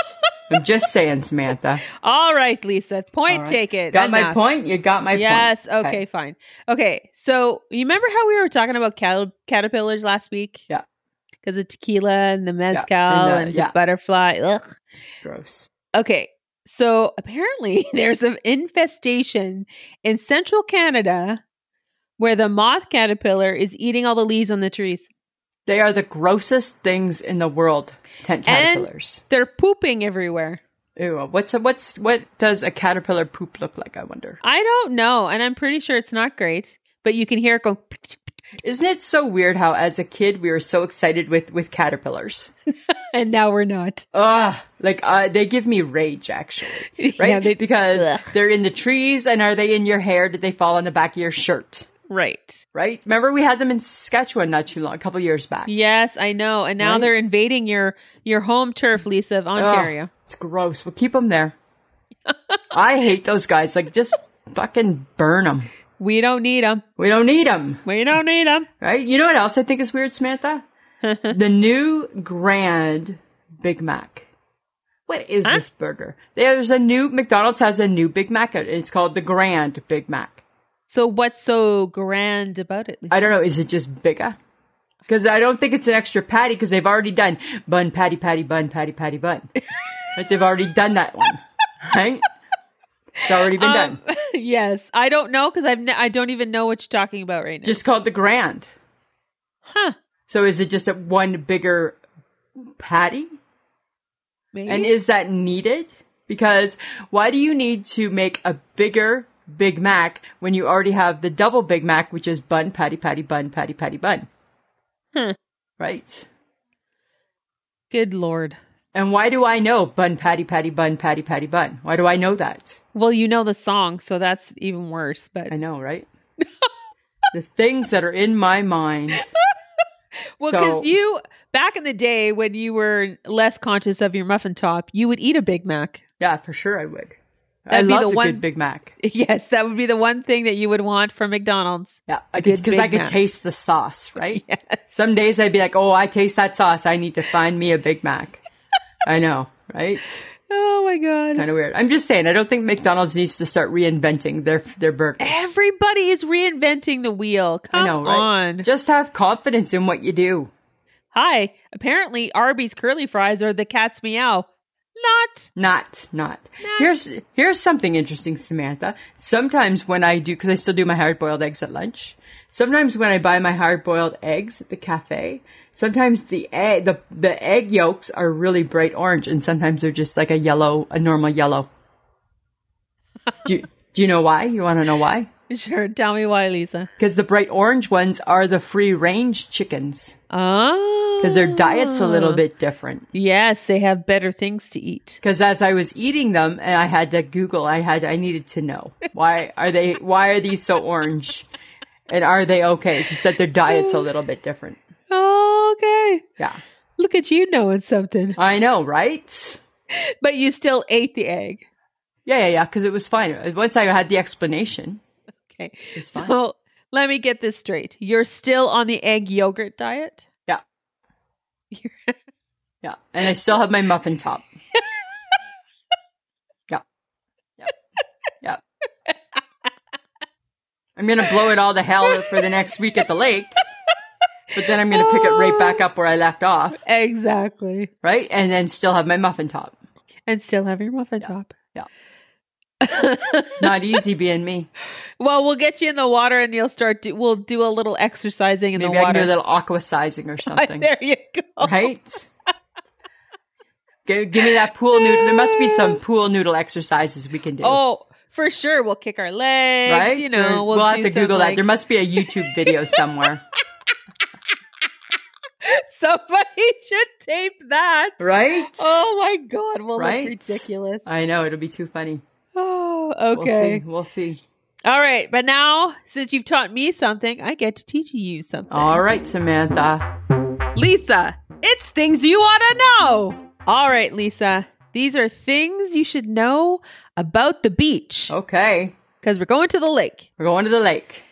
I'm just saying, Samantha. All right, Lisa. Point All right. taken. Got my Enough. point. You got my yes. point. Okay. Fine. Okay. So you remember how we were talking about cat- caterpillars last week? Yeah. Because of tequila and the mezcal and and, the- the yeah. butterfly. Ugh. Gross. Okay. So apparently there's an infestation in central Canada where the moth caterpillar is eating all the leaves on the trees. They are the grossest things in the world. Tent And- caterpillars. They're pooping everywhere. Ew. What's what's what does a caterpillar poop look like? I wonder. I don't know, and I'm pretty sure it's not great. But you can hear it go. Isn't it so weird how as a kid we were so excited with with caterpillars? and now we're not. Ugh. Like uh, they give me rage actually, right? Yeah, they- because Ugh. they're in the trees, and are they in your hair? Did they fall on the back of your shirt? right. Right. Remember we had them in Saskatchewan not too long, a couple years back. Yes, I know. And now Right? they're invading your your home turf, Lisa of Ugh, Ontario. it's gross. We'll keep them there. I hate those guys. Like just fucking burn them. We don't need them. We don't need them. We don't need them. Right? You know what else I think is weird, Samantha? the new grand Big Mac. What is this burger? There's a new McDonald's has a new Big Mac. out, and It's called the Grand Big Mac. So what's so grand about it? Lisa? I don't know. Is it just bigger? Because I don't think it's an extra patty because they've already done bun, patty, patty, bun, patty, patty, bun. like they've already done that one, right? It's already been done. Um, yes, I don't know because I've ne- I don't even know what you're talking about right now. Just called the Grand. huh? So is it just a one bigger patty? Maybe. And is that needed? Because why do you need to make a bigger Big Mac when you already have the double Big Mac, which is bun, patty, patty, bun, patty, patty, bun? Hmm. Right? Good lord. And why do I know bun, patty, patty, bun, patty, patty, bun? Why do I know that? Well, you know the song, so that's even worse. But I know, right? the things that are in my mind. well, because so- you back in the day when you were less conscious of your muffin top, you would eat a Big Mac. Yeah, for sure I would. I That'd be love the a one- good Big Mac. Yes, that would be the one thing that you would want from McDonald's. Yeah, A good because I Big could Mac. taste the sauce, right? Yes. Some days I'd be like, oh, I taste that sauce. I need to find me a Big Mac. I know, right? Oh my god. Kind of weird. I'm just saying, I don't think McDonald's needs to start reinventing their their burger. Everybody is reinventing the wheel. Come I know, right? on. Just have confidence in what you do. Hi. Apparently, Arby's curly fries are the cat's meow. Not. Not, not. Here's here's something interesting, Samantha. Sometimes when I do, because I still do my hard boiled eggs at lunch. Sometimes when I buy my hard boiled eggs at the cafe, sometimes the egg the the egg yolks are really bright orange, and sometimes they're just like a yellow, a normal yellow. do you, do you know why? You want to know why? Sure. Tell me why, Lisa. Because the bright orange ones are the free range chickens. Oh. Because their diet's a little bit different. Yes, they have better things to eat. because as I was eating them, and I had to Google, I had, I needed to know why are they, why are these so orange, and are they okay? It's just that their diet's a little bit different. Okay. Yeah, Look at you knowing something. I know, right? But you still ate the egg. Yeah, yeah, yeah. Because it was fine. Once I had the explanation, Okay. it's fine. So let me get this straight. You're still on the egg yogurt diet? Yeah. You're- yeah, and I still have my muffin top. Yeah, yeah, yeah. I'm gonna blow it all to hell for the next week at the lake, but then I'm gonna pick it right back up where I left off. Exactly. right? And then still have my muffin top. And still have your muffin top. Yeah. Yeah. It's not easy being me. well, we'll get you in the water and you'll start do, we'll do a little exercising in Maybe the I can do water. a little aqua sizing or something, there you go. right? Give, give me that pool noodle. There must be some pool noodle exercises we can do. Oh, for sure. We'll kick our legs. right? You There- know, we'll, have do to some, Google that. like- There must be a YouTube video somewhere, Somebody should tape that. right? Oh my god, we'll Right? look ridiculous. I know it'll be too funny. oh, okay. We'll see. We'll see. All right, but now since you've taught me something, I get to teach you something. All right, Samantha. Lisa, it's things you want to know. All right, Lisa. These are things you should know about the beach Okay, because we're going to the lake. we're going to the lake.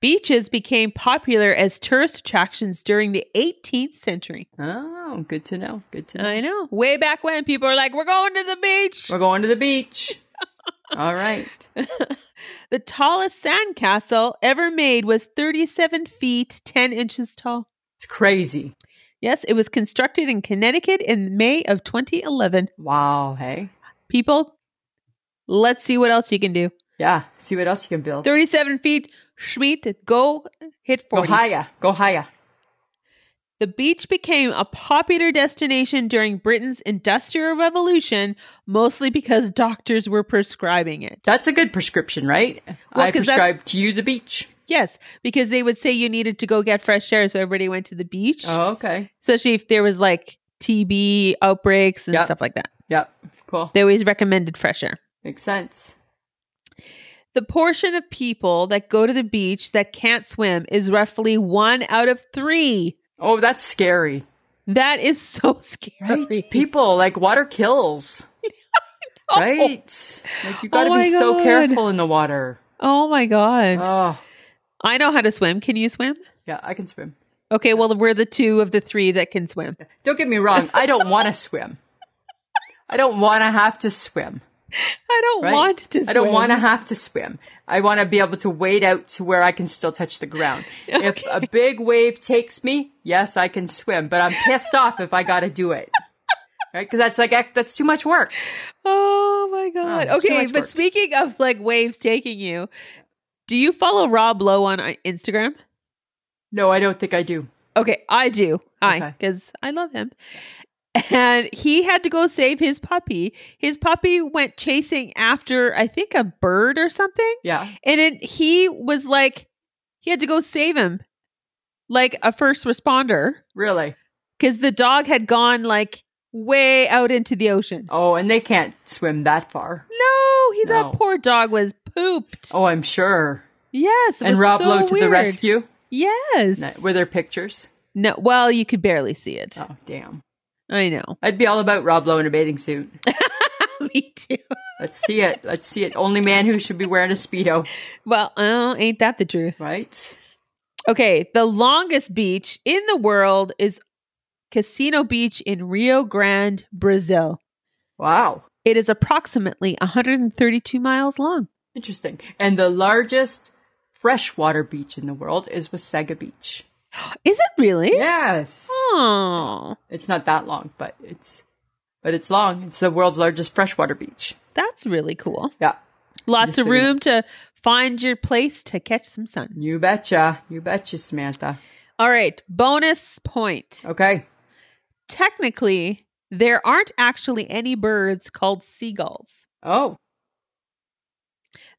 Beaches became popular as tourist attractions during the 18th century. Oh, good to know. Good to know. I know. Way back when people were like, we're going to the beach. We're going to the beach. All right. The tallest sandcastle ever made was 37 feet 10 inches tall. It's crazy. Yes, it was constructed in Connecticut in May of 2011. Wow. Hey. People, let's see what else you can do. Yeah. See what else you can build. 37 feet, Schmidt, go hit Go 40. higher. Go higher. The beach became a popular destination during Britain's Industrial Revolution, mostly because doctors were prescribing it. That's a good prescription, right? I 'cause that's- prescribe to you the beach. yes, because they would say you needed to go get fresh air, so everybody went to the beach. Oh, okay. especially if there was like TB outbreaks and Yep. stuff like that. Yep. Cool. They always recommended fresh air. Makes sense. The portion of people that go to the beach that can't swim is roughly one out of three. Oh, that's scary. That is so scary. Right? People like water kills. Right? Like you got to Oh be my so God. careful in the water. Oh my god. Oh, I know how to swim. Can you swim? yeah, I can swim. Okay, well, we're the two of the three that can swim. Don't get me wrong, I don't want to swim. I don't want to have to swim. I don't Right? want to swim. I don't want to have to swim. I want to be able to wade out to where I can still touch the ground. If a big wave takes me, yes, I can swim, but I'm pissed off if I got to do it. Right? Because that's like ec- that's too much work. Oh my Oh, god. it's too okay, much but work. speaking of like waves taking you, do you follow Rob Lowe on uh, Instagram? No, I don't think I do. Okay, I do. I Okay. because I love him. And he had to go save his puppy. His puppy went chasing after I think a bird or something, Yeah, and it, he was like he had to go save him like a first responder really. cuz the dog had gone like way out into the ocean. Oh, and they can't swim that far. No, he No. that poor dog was pooped. Oh, I'm sure. Yes, it And was Rob so Lowe to the weird. rescue. Yes. No, Were there pictures? no, well, you could barely see it. Oh, damn. I know. I'd be all about Rob Lowe in a bathing suit. Me too. Let's see it. Let's see it. Only man who should be wearing a Speedo, Well, uh, ain't that the truth? right? Okay, the longest beach in the world is Casino Beach in Rio Grande, Brazil. Wow. It is approximately 132 miles long. Interesting. And the largest freshwater beach in the world is Wasaga Beach. Is it really? Yes. Oh, It's not that long, but it's but it's long. It's the world's largest freshwater beach. that's really cool. Yeah. Lots Just of so you know. room to find your place to catch some sun. You betcha. You betcha, Samantha. All right, bonus point. Okay. technically there aren't actually any birds called seagulls. Oh.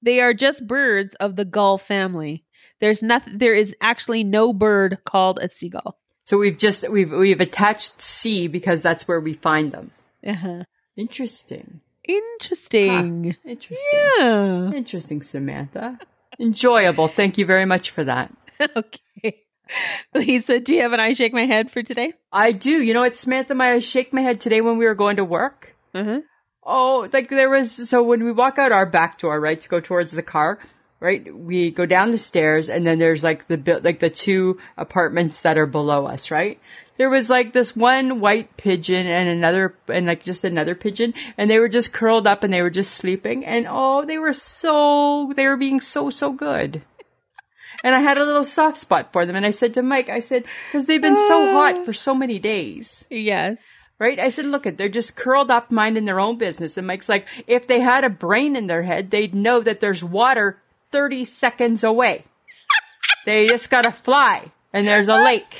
They are just birds of the gull family. There's nothing there is actually no bird called a seagull. So we've just we've we've attached C because that's where we find them. Uh-huh. Interesting. Interesting. Interesting. Yeah. Interesting, Samantha. Enjoyable. Thank you very much for that. okay. Lisa, do you have an I shake my head for today? I do. You know what, Samantha? My I shake my head today when we were going to work. Uh-huh. Oh, like there was. So when we walk out our back door, right, to go towards the car, right, we go down the stairs, and then there's like the bu- like the two apartments that are below us, right. There was like this one white pigeon and another and like just another pigeon, and they were just curled up and they were just sleeping, and oh, they were so they were being so so good. And I had a little soft spot for them, and I said to Mike, I said, because they've been so hot for so many days. Yes. Right? I said, look at, they're just curled up minding their own business. And Mike's like, if they had a brain in their head, they'd know that there's water 30 seconds away. they just gotta fly and there's a lake.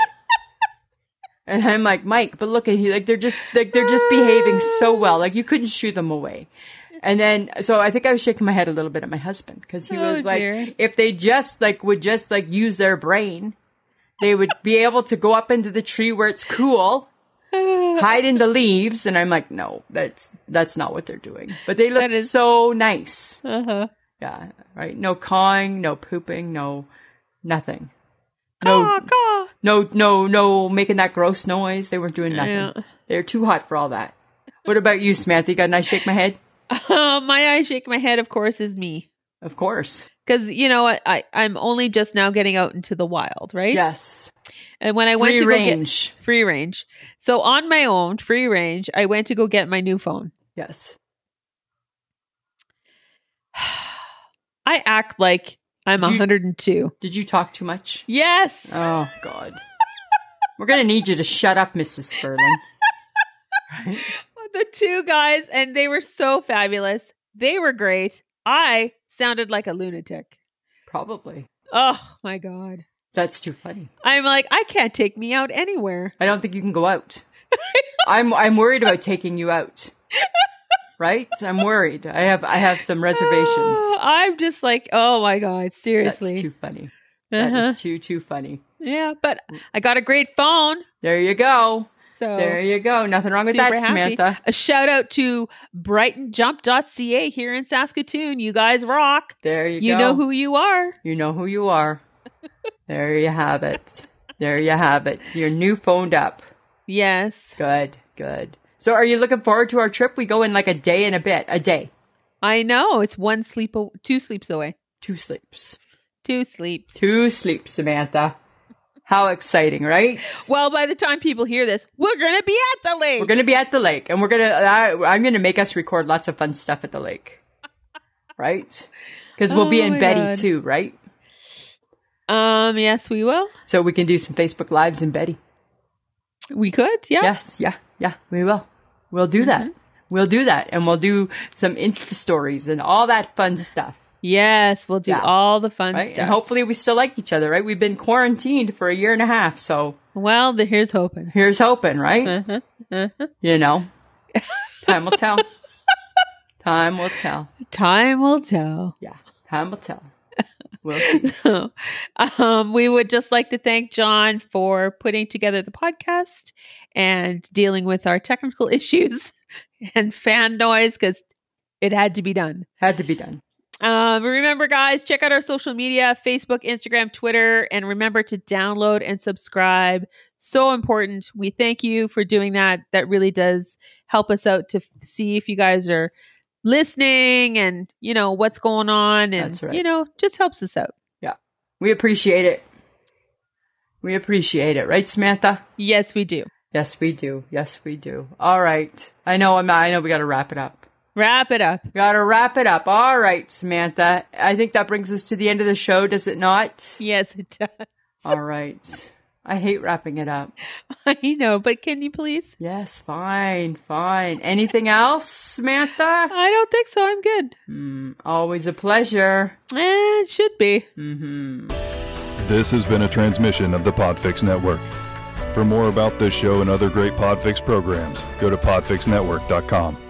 And I'm like, Mike, but look at you, like they're just, like they're just behaving so well. Like you couldn't shoo them away. And then, so I think I was shaking my head a little bit at my husband because he Oh, was like, dear. if they just like would just like use their brain, they would be able to go up into the tree where it's cool hide in the leaves and i'm like no that's that's not what they're doing but they look That is- so nice Uh-huh. yeah right no cawing no pooping no nothing no Caw, caw. no no no making that gross noise they weren't doing nothing Yeah. they're too hot for all that what about you samantha you got a nice shake my head my I shake my head of course is me. of course Cuz you know I, I I'm only just now getting out into the wild, right? yes And when I free went to go get range free range. So on my own, free range, I went to go get my new phone. yes I act like I'm Did you- 102. did you talk too much Yes. oh god we're gonna need you to shut up mrs Furlan. right the two guys, and they were so fabulous. They were great. I sounded like a lunatic. probably Oh my God. that's too funny I'm like, I can't take me out anywhere. I don't think you can go out. I'm I'm worried about taking you out. Right? I'm worried. I have I have some Oh, reservations. I'm just like, oh my God, That's seriously. too funny. That Uh-huh. is too too funny. Yeah, but I got a great phone. There you go. So There you go. Nothing wrong with Oh. Super that, happy. Samantha. A shout out to brightonjump.ca here in Saskatoon. You guys rock. There you, You go. know who you are. you know who you are. there you have it. There you have it. You're new phoned up. Yes, Good, good. So are you looking forward to our trip? We go in like a day and a bit. A day. I know. It's one sleep, aw- two sleeps away. Two sleeps. Two sleeps. Two sleeps, Samantha. How exciting, right? Well, by the time people hear this, we're going to be at the lake. We're going to be at the lake and we're going to, I'm going to make us record lots of fun stuff at the lake. Right? Because we'll be Oh in my Betty God. too, right? um, yes, we will. So we can do some Facebook Lives in Betty. We could. Yeah. Mm-hmm. Yes, yeah, yeah, we will. We'll do that. We'll do that. And we'll do some Insta stories and all that fun stuff. Yes, we'll do Yeah. all the fun Right? stuff. And hopefully we still like each other, right? We've been quarantined for a year and a half. So well, the, here's hoping. here's hoping, right? Uh-huh, uh-huh. You know, time will tell. time will tell. Time will tell. Yeah, time will tell. We'll see. So, um, we would just like to thank John for putting together the podcast and dealing with our technical issues and fan noise because it had to be done. Had to be done. Um, remember, guys, check out our social media Facebook, Instagram, Twitter, and remember to download and subscribe. So important. We thank you for doing that. That really does help us out to f- see if you guys are listening and, you know, what's going on. And, That's right. you know, just helps us out. We appreciate it. We appreciate it, right, Samantha? Yes, we do. Yes, we do. Yes, we do. All right. I know. I'm. I know. We got to wrap it up. Wrap it up. Got to wrap it up. All right, Samantha. I think that brings us to the end of the show, does it not? Yes, it does. All right. I hate wrapping it up. I know, but can you please? Yes, fine, fine. Anything else, Samantha? I don't think so. I'm good. Mm, always a pleasure. Eh, it should be. hmm This has been a transmission of the Podfix Network. For more about this show and other great Podfix programs, go to podfixnetwork.com.